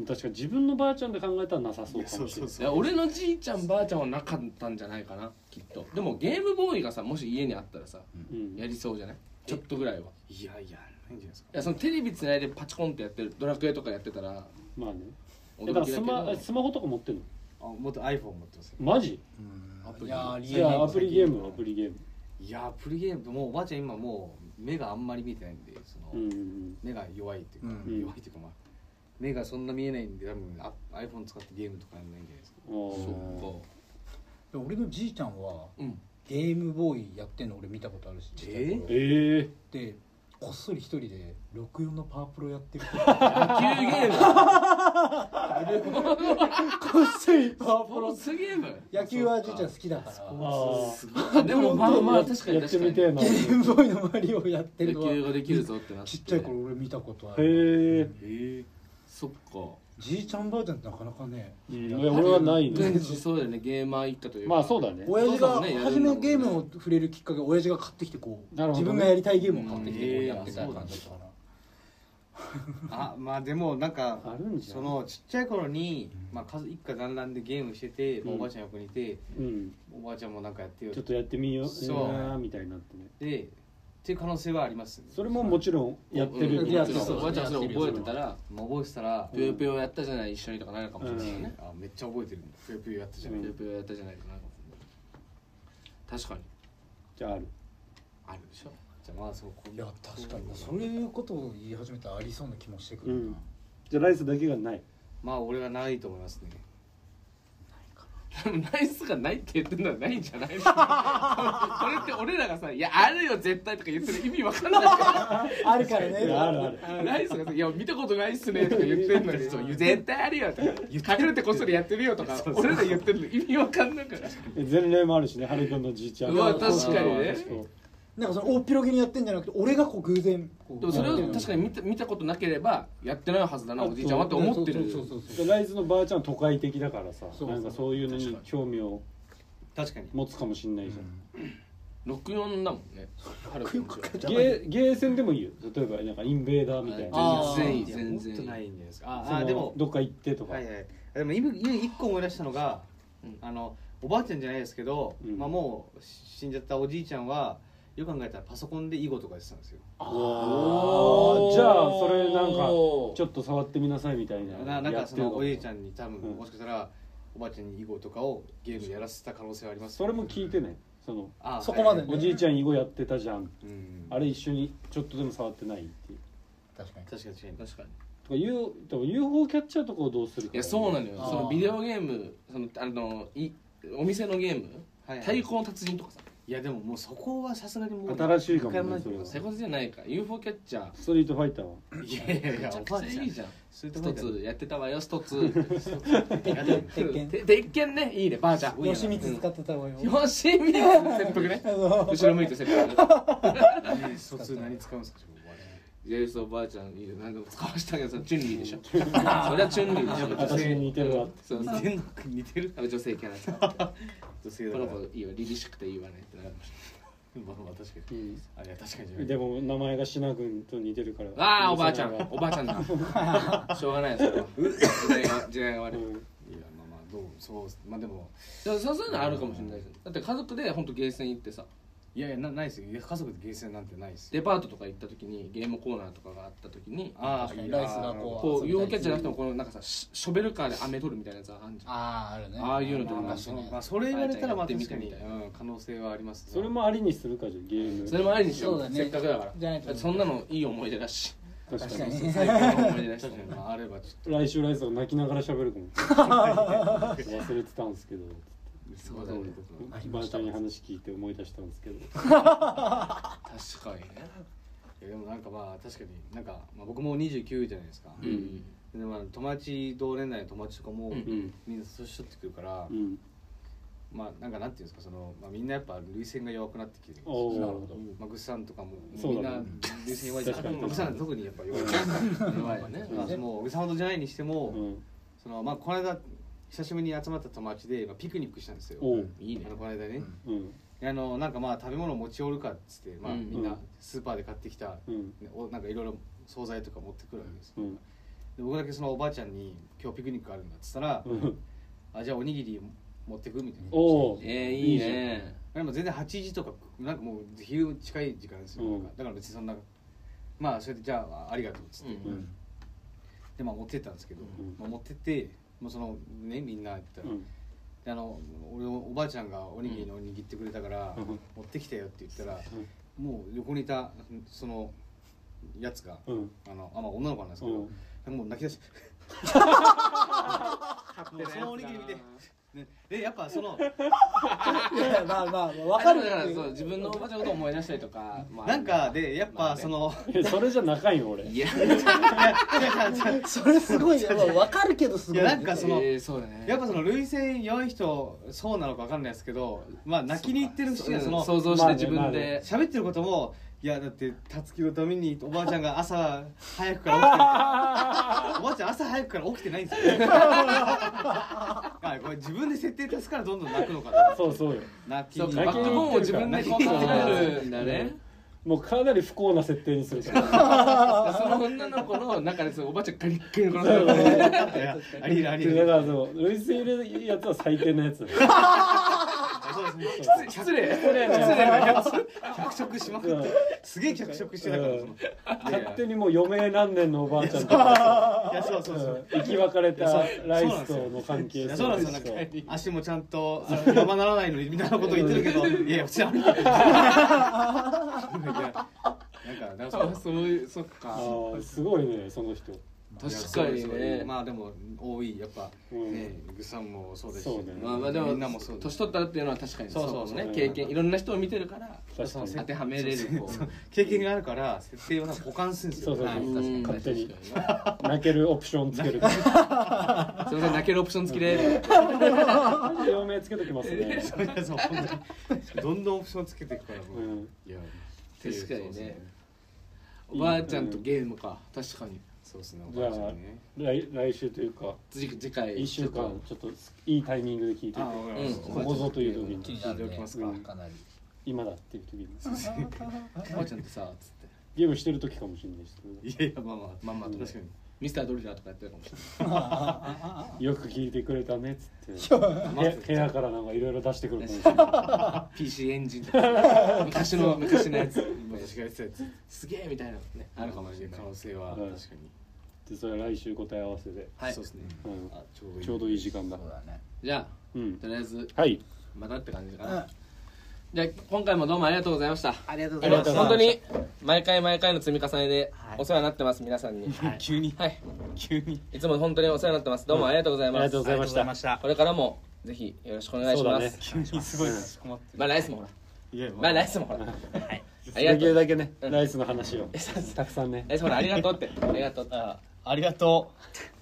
Speaker 3: 確か自分のばあちゃんで考えたらなさそうか
Speaker 2: そ
Speaker 3: も
Speaker 2: う
Speaker 3: し
Speaker 2: そ
Speaker 3: れ
Speaker 2: う
Speaker 3: ない
Speaker 1: い
Speaker 2: そう
Speaker 1: や俺のじいちゃんばあちゃんはなかったんじゃないかなきっとでもゲームボーイがさもし家にあったらさ
Speaker 3: うん
Speaker 1: やりそうじゃないちょっとぐらいはい
Speaker 2: やいやないんじゃないですか
Speaker 1: いやそのテレビつないでパチコンってやってるドラクエとかやってたら
Speaker 3: まあねだ
Speaker 1: 驚
Speaker 3: から
Speaker 1: きだ
Speaker 3: ス
Speaker 1: けど
Speaker 3: マスマホとか持ってんの
Speaker 2: あもっと iPhone 持ってますよ
Speaker 3: マジ
Speaker 1: アプリ
Speaker 4: うんいやあり
Speaker 3: い
Speaker 4: えない
Speaker 3: やアプリゲームアプリゲーム
Speaker 2: いやアプリゲームもうおばあちゃん今もう目があんまり見てないんでその、
Speaker 3: うんうん
Speaker 2: 目が弱いっていうか、
Speaker 4: うん
Speaker 2: 弱いっていうかまあ目がそんな見えないんで多分あ iPhone 使ってゲームとかやんないんじゃない ですか
Speaker 3: うんああ
Speaker 1: そ
Speaker 4: 俺のじいちゃんは
Speaker 1: っかうん
Speaker 4: ゲームボーイやってんの俺見たことあるし
Speaker 2: えー
Speaker 4: ちっちゃい頃
Speaker 3: ええ
Speaker 4: でこっそり一人で64のパワープロやってる
Speaker 1: 野球ゲーム
Speaker 4: こっそりパワー
Speaker 1: ボロスゲーム
Speaker 4: 野球はじいちゃん好きだから
Speaker 3: あ
Speaker 1: あでもまあまあ確か
Speaker 3: あ
Speaker 1: に
Speaker 3: やっ
Speaker 1: 確か
Speaker 3: てみ
Speaker 1: に
Speaker 3: てえな
Speaker 4: ゲ
Speaker 3: へ
Speaker 4: ームボーイのマリオやって
Speaker 1: 野
Speaker 4: るの
Speaker 1: 球
Speaker 4: は
Speaker 1: ができるぞってなって
Speaker 4: ちっちゃい頃俺見たことある
Speaker 3: え
Speaker 2: え
Speaker 1: そっか
Speaker 4: じいちゃんばあちゃんってなかなかね
Speaker 3: いや俺はない
Speaker 1: 全
Speaker 3: ね
Speaker 1: 然そうだよねゲーマー一家というか
Speaker 3: まあそうだね
Speaker 4: 親父が
Speaker 1: お父さんもねやるんだもんね
Speaker 4: 初めゲームを触れるきっかけ親父が買ってきてこう
Speaker 3: なるほどね
Speaker 4: 自分がやりたいゲームを買ってきてこ
Speaker 2: う
Speaker 4: うんやってた感じだったから
Speaker 2: あまあでもなんか
Speaker 3: あるんじゃん
Speaker 2: そのちっちゃい頃に、まあ、家族一家団らんでゲームしてて、
Speaker 3: うん
Speaker 2: おばあちゃん横にいて
Speaker 3: うん
Speaker 2: おばあちゃんもなんかやってよ
Speaker 3: ちょっとやってみよう
Speaker 2: そう
Speaker 3: なーみたいになってね
Speaker 2: でっていう可能性はありますね
Speaker 3: それももちろんやってるよ
Speaker 1: うん
Speaker 3: ね
Speaker 1: や
Speaker 4: や
Speaker 1: って
Speaker 4: て
Speaker 1: る
Speaker 4: る
Speaker 1: そうおばあちゃんそれ覚えてたら
Speaker 2: もう覚えてたら、
Speaker 1: ぷよぷよやったじゃない一緒にとかなるかもしれないね
Speaker 2: あめっちゃ覚えてるぷよぷよやったじゃない、
Speaker 3: う
Speaker 1: ぷ
Speaker 3: ん
Speaker 1: よぷよやったじゃないかなるかもしれない確かに
Speaker 3: じゃあある
Speaker 1: あるでしょ
Speaker 2: じゃあまあそうこう
Speaker 4: いや確かにそういうことを言い始めたらありそうな気もしてくる
Speaker 3: う
Speaker 4: な、
Speaker 3: んじゃあライスだけがない
Speaker 2: まあ俺はないと思いますね
Speaker 1: でもナイスがないって言ってるのはないんじゃないですかこれって俺らがさ「いやあるよ絶対」とか言ってる意味わかんないか
Speaker 4: あるから
Speaker 3: いやあるある
Speaker 1: らナイスがさ「いや見たことないっすね」とか言ってるのにそう 「絶対あるよ」とか「かけるってこっそりやってるよ」とか俺ら言ってるの意味わかんないから
Speaker 3: え前例もあるしねハルくんのじいちゃん
Speaker 1: うわ確
Speaker 4: かに
Speaker 1: ね
Speaker 3: そう
Speaker 4: なんかその大っぴろげにやってんじゃなくて俺がこう偶然こう
Speaker 1: でもそれを
Speaker 4: やってる
Speaker 1: 確かに見た見たことなければやってないはずだなおじいちゃんはって思ってる
Speaker 4: そうそうそう
Speaker 3: で
Speaker 4: そう
Speaker 3: ライズのばあちゃんは都会的だからさ
Speaker 4: そう
Speaker 3: なんかそういうのに興味を
Speaker 2: 確かに
Speaker 3: 持つかもしんないじゃん、
Speaker 1: 64だもんねはるくんちは
Speaker 3: ゲーゲーセンでもいいよ例えばなんかインベーダーみたいな
Speaker 4: あ
Speaker 1: 全然いい
Speaker 2: いや
Speaker 1: 全然
Speaker 2: もっとないんじゃないですか
Speaker 3: そ
Speaker 2: あ
Speaker 3: の
Speaker 2: あでも
Speaker 3: どっか行ってとか、
Speaker 2: はいはいでも今今一個思い出したのが、
Speaker 1: うん
Speaker 2: あのおばあちゃんじゃないですけど、
Speaker 3: うん
Speaker 2: まあもう死んじゃったおじいちゃんはよく考えたらパソコンで囲碁とかやってたんですよ
Speaker 3: ああじゃあそれなんかちょっと触ってみなさいみたいな
Speaker 2: ななんかそのおじいちゃ
Speaker 3: ん
Speaker 2: んに多分、
Speaker 3: うん
Speaker 2: もしかしたらおばあちゃんに囲碁とかをゲームでやらせた可能性はあります
Speaker 3: それも聞いてねその
Speaker 2: あ
Speaker 4: そこまで
Speaker 2: はい
Speaker 3: おじいちゃん囲碁やってたじゃん
Speaker 2: うん
Speaker 3: あれ一緒にちょっとでも触ってないっていう
Speaker 4: 確かに
Speaker 2: 確かに確かに
Speaker 1: 確かに
Speaker 3: とか U でも UFO キャッチャーとかをどうするか
Speaker 1: いやそうなのよ
Speaker 4: あー
Speaker 1: そのビデオゲームそのあのいお店のゲーム
Speaker 2: はい
Speaker 1: 太鼓の達人とかさ
Speaker 2: いやでももうそこはさすがにもう
Speaker 3: 新しいかもね
Speaker 2: わんな
Speaker 3: それは
Speaker 1: セコじゃないか UFO キャッチャ
Speaker 3: ストリートファイターはい
Speaker 2: やいや
Speaker 1: ー
Speaker 2: い
Speaker 1: め
Speaker 2: や
Speaker 1: ちゃ
Speaker 2: お
Speaker 1: くちゃ
Speaker 2: ばあちゃ
Speaker 1: い
Speaker 2: ん
Speaker 1: いじゃん
Speaker 2: スト
Speaker 1: 一つやってたわよ一つ
Speaker 4: 鉄 拳
Speaker 1: ででっけんねいいねばあちゃん
Speaker 2: ごいな
Speaker 4: 吉光使ってた方がいいよ
Speaker 1: よしみ説得ね後ろ向いて説得
Speaker 2: 何疎通何使うんですか
Speaker 1: ジェイソンばあちゃんいいよ何でも使わせたけどそれチュンリーで しょそりゃチュンリーでしょ
Speaker 3: 私に似てるわって
Speaker 1: そう そう
Speaker 2: 似てるの似てる
Speaker 1: やっぱ女性キャラ使って
Speaker 2: 女性
Speaker 1: こ
Speaker 2: だ
Speaker 1: の
Speaker 2: から
Speaker 1: 子いいわ凛々しくていいわねってなりまし
Speaker 2: まあまあ確かに
Speaker 3: うん
Speaker 2: あれは確かに
Speaker 3: でも名前がシナ君と似てるから
Speaker 1: たああおばあちゃんおばあちゃんだしょうがないですよ時代が時代が
Speaker 3: う
Speaker 1: 悪い
Speaker 3: ん
Speaker 2: いやまあまあどうそうまあでも
Speaker 1: でもそうそういうのあるかもしれないですよだって家族で本当ゲーセン行ってさ
Speaker 2: いやいやなないですよいや家族でゲーセンなんてないですよ
Speaker 1: デパートとか行った時にゲームコーナーとかがあった時に
Speaker 2: あ
Speaker 4: 確か
Speaker 2: あ
Speaker 4: にライスが
Speaker 1: こ
Speaker 4: こ
Speaker 1: う
Speaker 4: う
Speaker 1: 陽キャじゃなくてもこのなんかさシショベルカーで飴取るみたいなやつあんじゃん
Speaker 4: あああるね
Speaker 1: ああいうのと
Speaker 2: まあ
Speaker 1: か
Speaker 2: まあ
Speaker 4: 昔
Speaker 2: そ
Speaker 4: の
Speaker 2: の
Speaker 4: やつ
Speaker 2: まあそれ言われたらまあ確か
Speaker 1: や
Speaker 2: に、
Speaker 1: ってみ
Speaker 2: うん、可能性はありますね
Speaker 3: それもありにするかじゃあゲーム
Speaker 1: それもありにしよ
Speaker 4: そうだ
Speaker 1: う
Speaker 4: ね
Speaker 1: せっかくだから
Speaker 4: じゃない
Speaker 1: だっ
Speaker 4: と
Speaker 1: てそんなのいい思い出だし
Speaker 3: 確
Speaker 4: 確
Speaker 3: か
Speaker 4: か
Speaker 3: に
Speaker 4: に
Speaker 1: 最高の思い出だし
Speaker 2: 確かにまああればちょっ
Speaker 3: 来週来週泣きながら喋 るかも忘れてたんですけど
Speaker 2: と
Speaker 1: そうだね
Speaker 4: あり
Speaker 3: ば
Speaker 4: ま
Speaker 3: あ
Speaker 4: し
Speaker 3: ち
Speaker 4: た
Speaker 3: ゃんに話聞いて思い出したんですけど
Speaker 1: 確かにね
Speaker 2: いやでもなんかまあ確かになんか、まあ、僕も29じゃないですか、
Speaker 1: うん
Speaker 2: でもあの友達同年代の友達とかも、
Speaker 1: うん
Speaker 3: うん
Speaker 2: みんな年取ってくるから、
Speaker 3: うん
Speaker 2: まあなんかなんていうんですかその、まあ、みんなやっぱ涙腺が弱くなってきてるんですよ
Speaker 3: おー
Speaker 4: なるほど
Speaker 2: まあ、グッさんとかももう
Speaker 3: そう
Speaker 2: みん
Speaker 3: だ
Speaker 2: な
Speaker 3: ね
Speaker 2: 涙腺弱いじゃん
Speaker 3: 確かに
Speaker 2: まあグッさんは特にやっぱ弱い、
Speaker 1: 弱いよね
Speaker 2: まあ、もうグッさんほどじゃないにしても、
Speaker 3: うん
Speaker 2: そのまあこの間久しぶりに集まった友達で、まあ、ピクニックしたんですよ
Speaker 3: おう
Speaker 1: いいね
Speaker 2: あのこの間ね、
Speaker 4: うん
Speaker 3: うん
Speaker 2: あのなんかまあ食べ物持ち寄るかっつって、まあ、
Speaker 1: うん
Speaker 2: みんなスーパーで買ってきた、
Speaker 3: うん
Speaker 2: ねおなんかいろいろ惣菜とか持ってくるわけですよ、
Speaker 3: うん
Speaker 2: で僕だけそのおばあちゃんに「今日ピクニックあるんだ」っつったら「
Speaker 3: うん
Speaker 2: あじゃあおにぎり持ってく?」みたいな
Speaker 3: おう
Speaker 1: えー、いい
Speaker 3: じゃん
Speaker 1: ね
Speaker 2: でも全然8時とかなんかもう昼近い時間ですよ、
Speaker 3: うん
Speaker 2: なんかだから別にそんなまあそれでじゃあありがとうっつって、
Speaker 1: うん
Speaker 3: うん
Speaker 2: でまあ持ってったんですけど、
Speaker 3: うん
Speaker 2: まあ、持ってってもうそのねみんな言ったら、であの俺のおばあちゃんがおにぎりの握ってくれたから、
Speaker 3: うん
Speaker 2: 持ってきたよって言ったら、
Speaker 3: う
Speaker 2: もう横にいたそのやつが、
Speaker 3: うん
Speaker 2: あのあまあ女の子なんですけど、もう泣き出しもうそのおにぎり見て、ね、でやっぱその
Speaker 4: いやいやまあまあ
Speaker 1: わ
Speaker 4: 分
Speaker 1: か
Speaker 4: か
Speaker 1: る
Speaker 4: る
Speaker 1: だか
Speaker 4: だからら
Speaker 1: そう自分のおばちゃんのこと思い出したりとか、まあ
Speaker 2: なんかでやっ
Speaker 1: まあ
Speaker 2: ぱ
Speaker 1: ね
Speaker 2: その、
Speaker 3: うんそれじゃ仲いいよ俺
Speaker 1: いや
Speaker 4: それすごいよ分かるけどすごい
Speaker 2: い
Speaker 4: ね
Speaker 2: やなんかその
Speaker 1: えーそうだね
Speaker 2: やっぱその涙腺弱い人そうなのかわかんないですけどまあ泣きに行ってる人はそ
Speaker 1: うん
Speaker 2: の
Speaker 1: 想像して自
Speaker 3: ま
Speaker 1: 分
Speaker 3: あねまあ
Speaker 1: で
Speaker 3: ね
Speaker 2: 喋ってることもいやだってたつきのためにおばあちゃんが朝早くから起きてるおばあちゃん朝早くから起きてないんですよ はいこれ自分で設定足すからどんどん泣くのかな
Speaker 3: そうそうよ
Speaker 2: 泣き
Speaker 1: そう
Speaker 2: に
Speaker 1: かバ
Speaker 3: 泣き
Speaker 1: ッ
Speaker 3: に
Speaker 1: クボーンを自分でこう考えるんだね
Speaker 3: もうかなり不幸な設定にするから
Speaker 1: その女の子の中でそのおばちゃんガリッガリのこの
Speaker 2: いやありえるありえ
Speaker 3: でだか
Speaker 2: る
Speaker 3: らその類似いるやつは最低 なやつだよ
Speaker 2: あそうですね
Speaker 1: 失礼
Speaker 3: 失礼なやつ
Speaker 2: 脚色しまく
Speaker 3: う
Speaker 2: っ
Speaker 3: ん
Speaker 2: てすげえ脚色してたからそのいやいや
Speaker 3: 勝手にもう余命何年のおばあちゃんとか
Speaker 2: いやそうそうそう
Speaker 3: うん生き別れたライスとの関
Speaker 2: い
Speaker 3: 係
Speaker 2: や
Speaker 3: 性
Speaker 2: そうなんですよなんか足もちゃんとあの山ならないのにみたいなこと言ってるけどいやいや 普通に歩いてるいやなんかなん
Speaker 1: あ
Speaker 2: か
Speaker 1: そういうそっ
Speaker 3: あ
Speaker 1: か
Speaker 3: ーすごいねその人、
Speaker 1: 確かにねま
Speaker 2: まあでも多いやっぱ
Speaker 3: うん
Speaker 2: ねグさんもそうですし
Speaker 3: そうね
Speaker 1: あまあでも
Speaker 2: みんなもそう
Speaker 1: 年取ったらっていうのは確かに
Speaker 2: そうそう
Speaker 1: かもね
Speaker 2: そう
Speaker 1: 経験いろんな人を見てるから
Speaker 3: 確かに
Speaker 1: 当てはめれるこう
Speaker 2: 経験があるから設定をなんか保管するんですよ
Speaker 3: そうそうそう
Speaker 2: はい
Speaker 1: うん
Speaker 3: 勝手に
Speaker 1: 確か
Speaker 3: 泣けるオプション つける
Speaker 1: にすいません泣けるオプション付きで
Speaker 3: 両名つけときますね、
Speaker 2: そういやそう本当にどんどんオプションつけていくからも
Speaker 3: う、
Speaker 2: うんいや
Speaker 1: 確かに
Speaker 2: そうです
Speaker 1: ねおばあちゃんとゲームか確かに
Speaker 2: そうですねお
Speaker 3: じ
Speaker 2: ば
Speaker 3: ゃあ
Speaker 2: あちゃんにね
Speaker 3: 来来週というか
Speaker 1: 次次回
Speaker 3: 1週間ちょっといいタイミングで聞いて
Speaker 2: あわかりました
Speaker 1: うん
Speaker 3: ここぞという時に
Speaker 4: 気にな
Speaker 2: 聞いて
Speaker 4: る
Speaker 2: お
Speaker 4: ね
Speaker 2: きますか
Speaker 3: うん
Speaker 4: かなり
Speaker 3: 今だっていう時に
Speaker 1: おばあちゃんってさつって
Speaker 3: ゲームしてる時かもしれないです け
Speaker 2: いやいやまあまあ
Speaker 1: まんまとね
Speaker 2: 確かに
Speaker 1: ミスタードリラーとかやってるかもしれない
Speaker 3: どよく聞いてくれたねっつって部部屋からなんかいろいろ出してくるかもしれない
Speaker 1: PC エンジンと か昔の昔のやつ
Speaker 2: 昔からやってたやつ
Speaker 1: すげえみたいなのねあ
Speaker 2: あ
Speaker 1: る
Speaker 2: る
Speaker 1: か
Speaker 2: か
Speaker 1: も
Speaker 2: も
Speaker 1: し
Speaker 2: し
Speaker 1: れ
Speaker 2: れ
Speaker 1: な
Speaker 2: ないい可能性は
Speaker 3: う
Speaker 2: 確
Speaker 3: ん
Speaker 2: かに
Speaker 3: でそれは来週答え合わせで、
Speaker 1: はい
Speaker 2: そうですね
Speaker 3: うん
Speaker 2: あちょうどいい
Speaker 3: ちょうどいい時間だ
Speaker 4: そうだね
Speaker 1: じゃあ
Speaker 3: うん
Speaker 1: とりあえず
Speaker 3: はい
Speaker 1: またって感じか
Speaker 4: うん
Speaker 1: なじゃあ今回もどうもありがとうございました
Speaker 4: ありがとう
Speaker 3: ありがとうござ
Speaker 1: 本
Speaker 3: いました
Speaker 1: 当に毎回毎回の積み重ねで
Speaker 4: はい
Speaker 1: お世話になってます皆さんに
Speaker 4: はい
Speaker 2: 急に
Speaker 1: はい
Speaker 2: 急に
Speaker 1: いつも本当にお世話になってますどうもありがとうござい
Speaker 3: あり
Speaker 1: ま
Speaker 3: が
Speaker 1: す
Speaker 3: とうございました
Speaker 1: これからもぜひよろしくお願いします
Speaker 2: 急 にすごい差し込まって
Speaker 1: まあライスもほら
Speaker 2: いや
Speaker 1: まあライスもほら あり
Speaker 3: で
Speaker 1: が
Speaker 3: き
Speaker 1: と
Speaker 3: る
Speaker 1: う
Speaker 3: だけね
Speaker 1: うん
Speaker 3: ライスの話を
Speaker 1: そうそう
Speaker 3: たくさんね
Speaker 1: ライスほらありがとうってありがとう
Speaker 5: あありがとう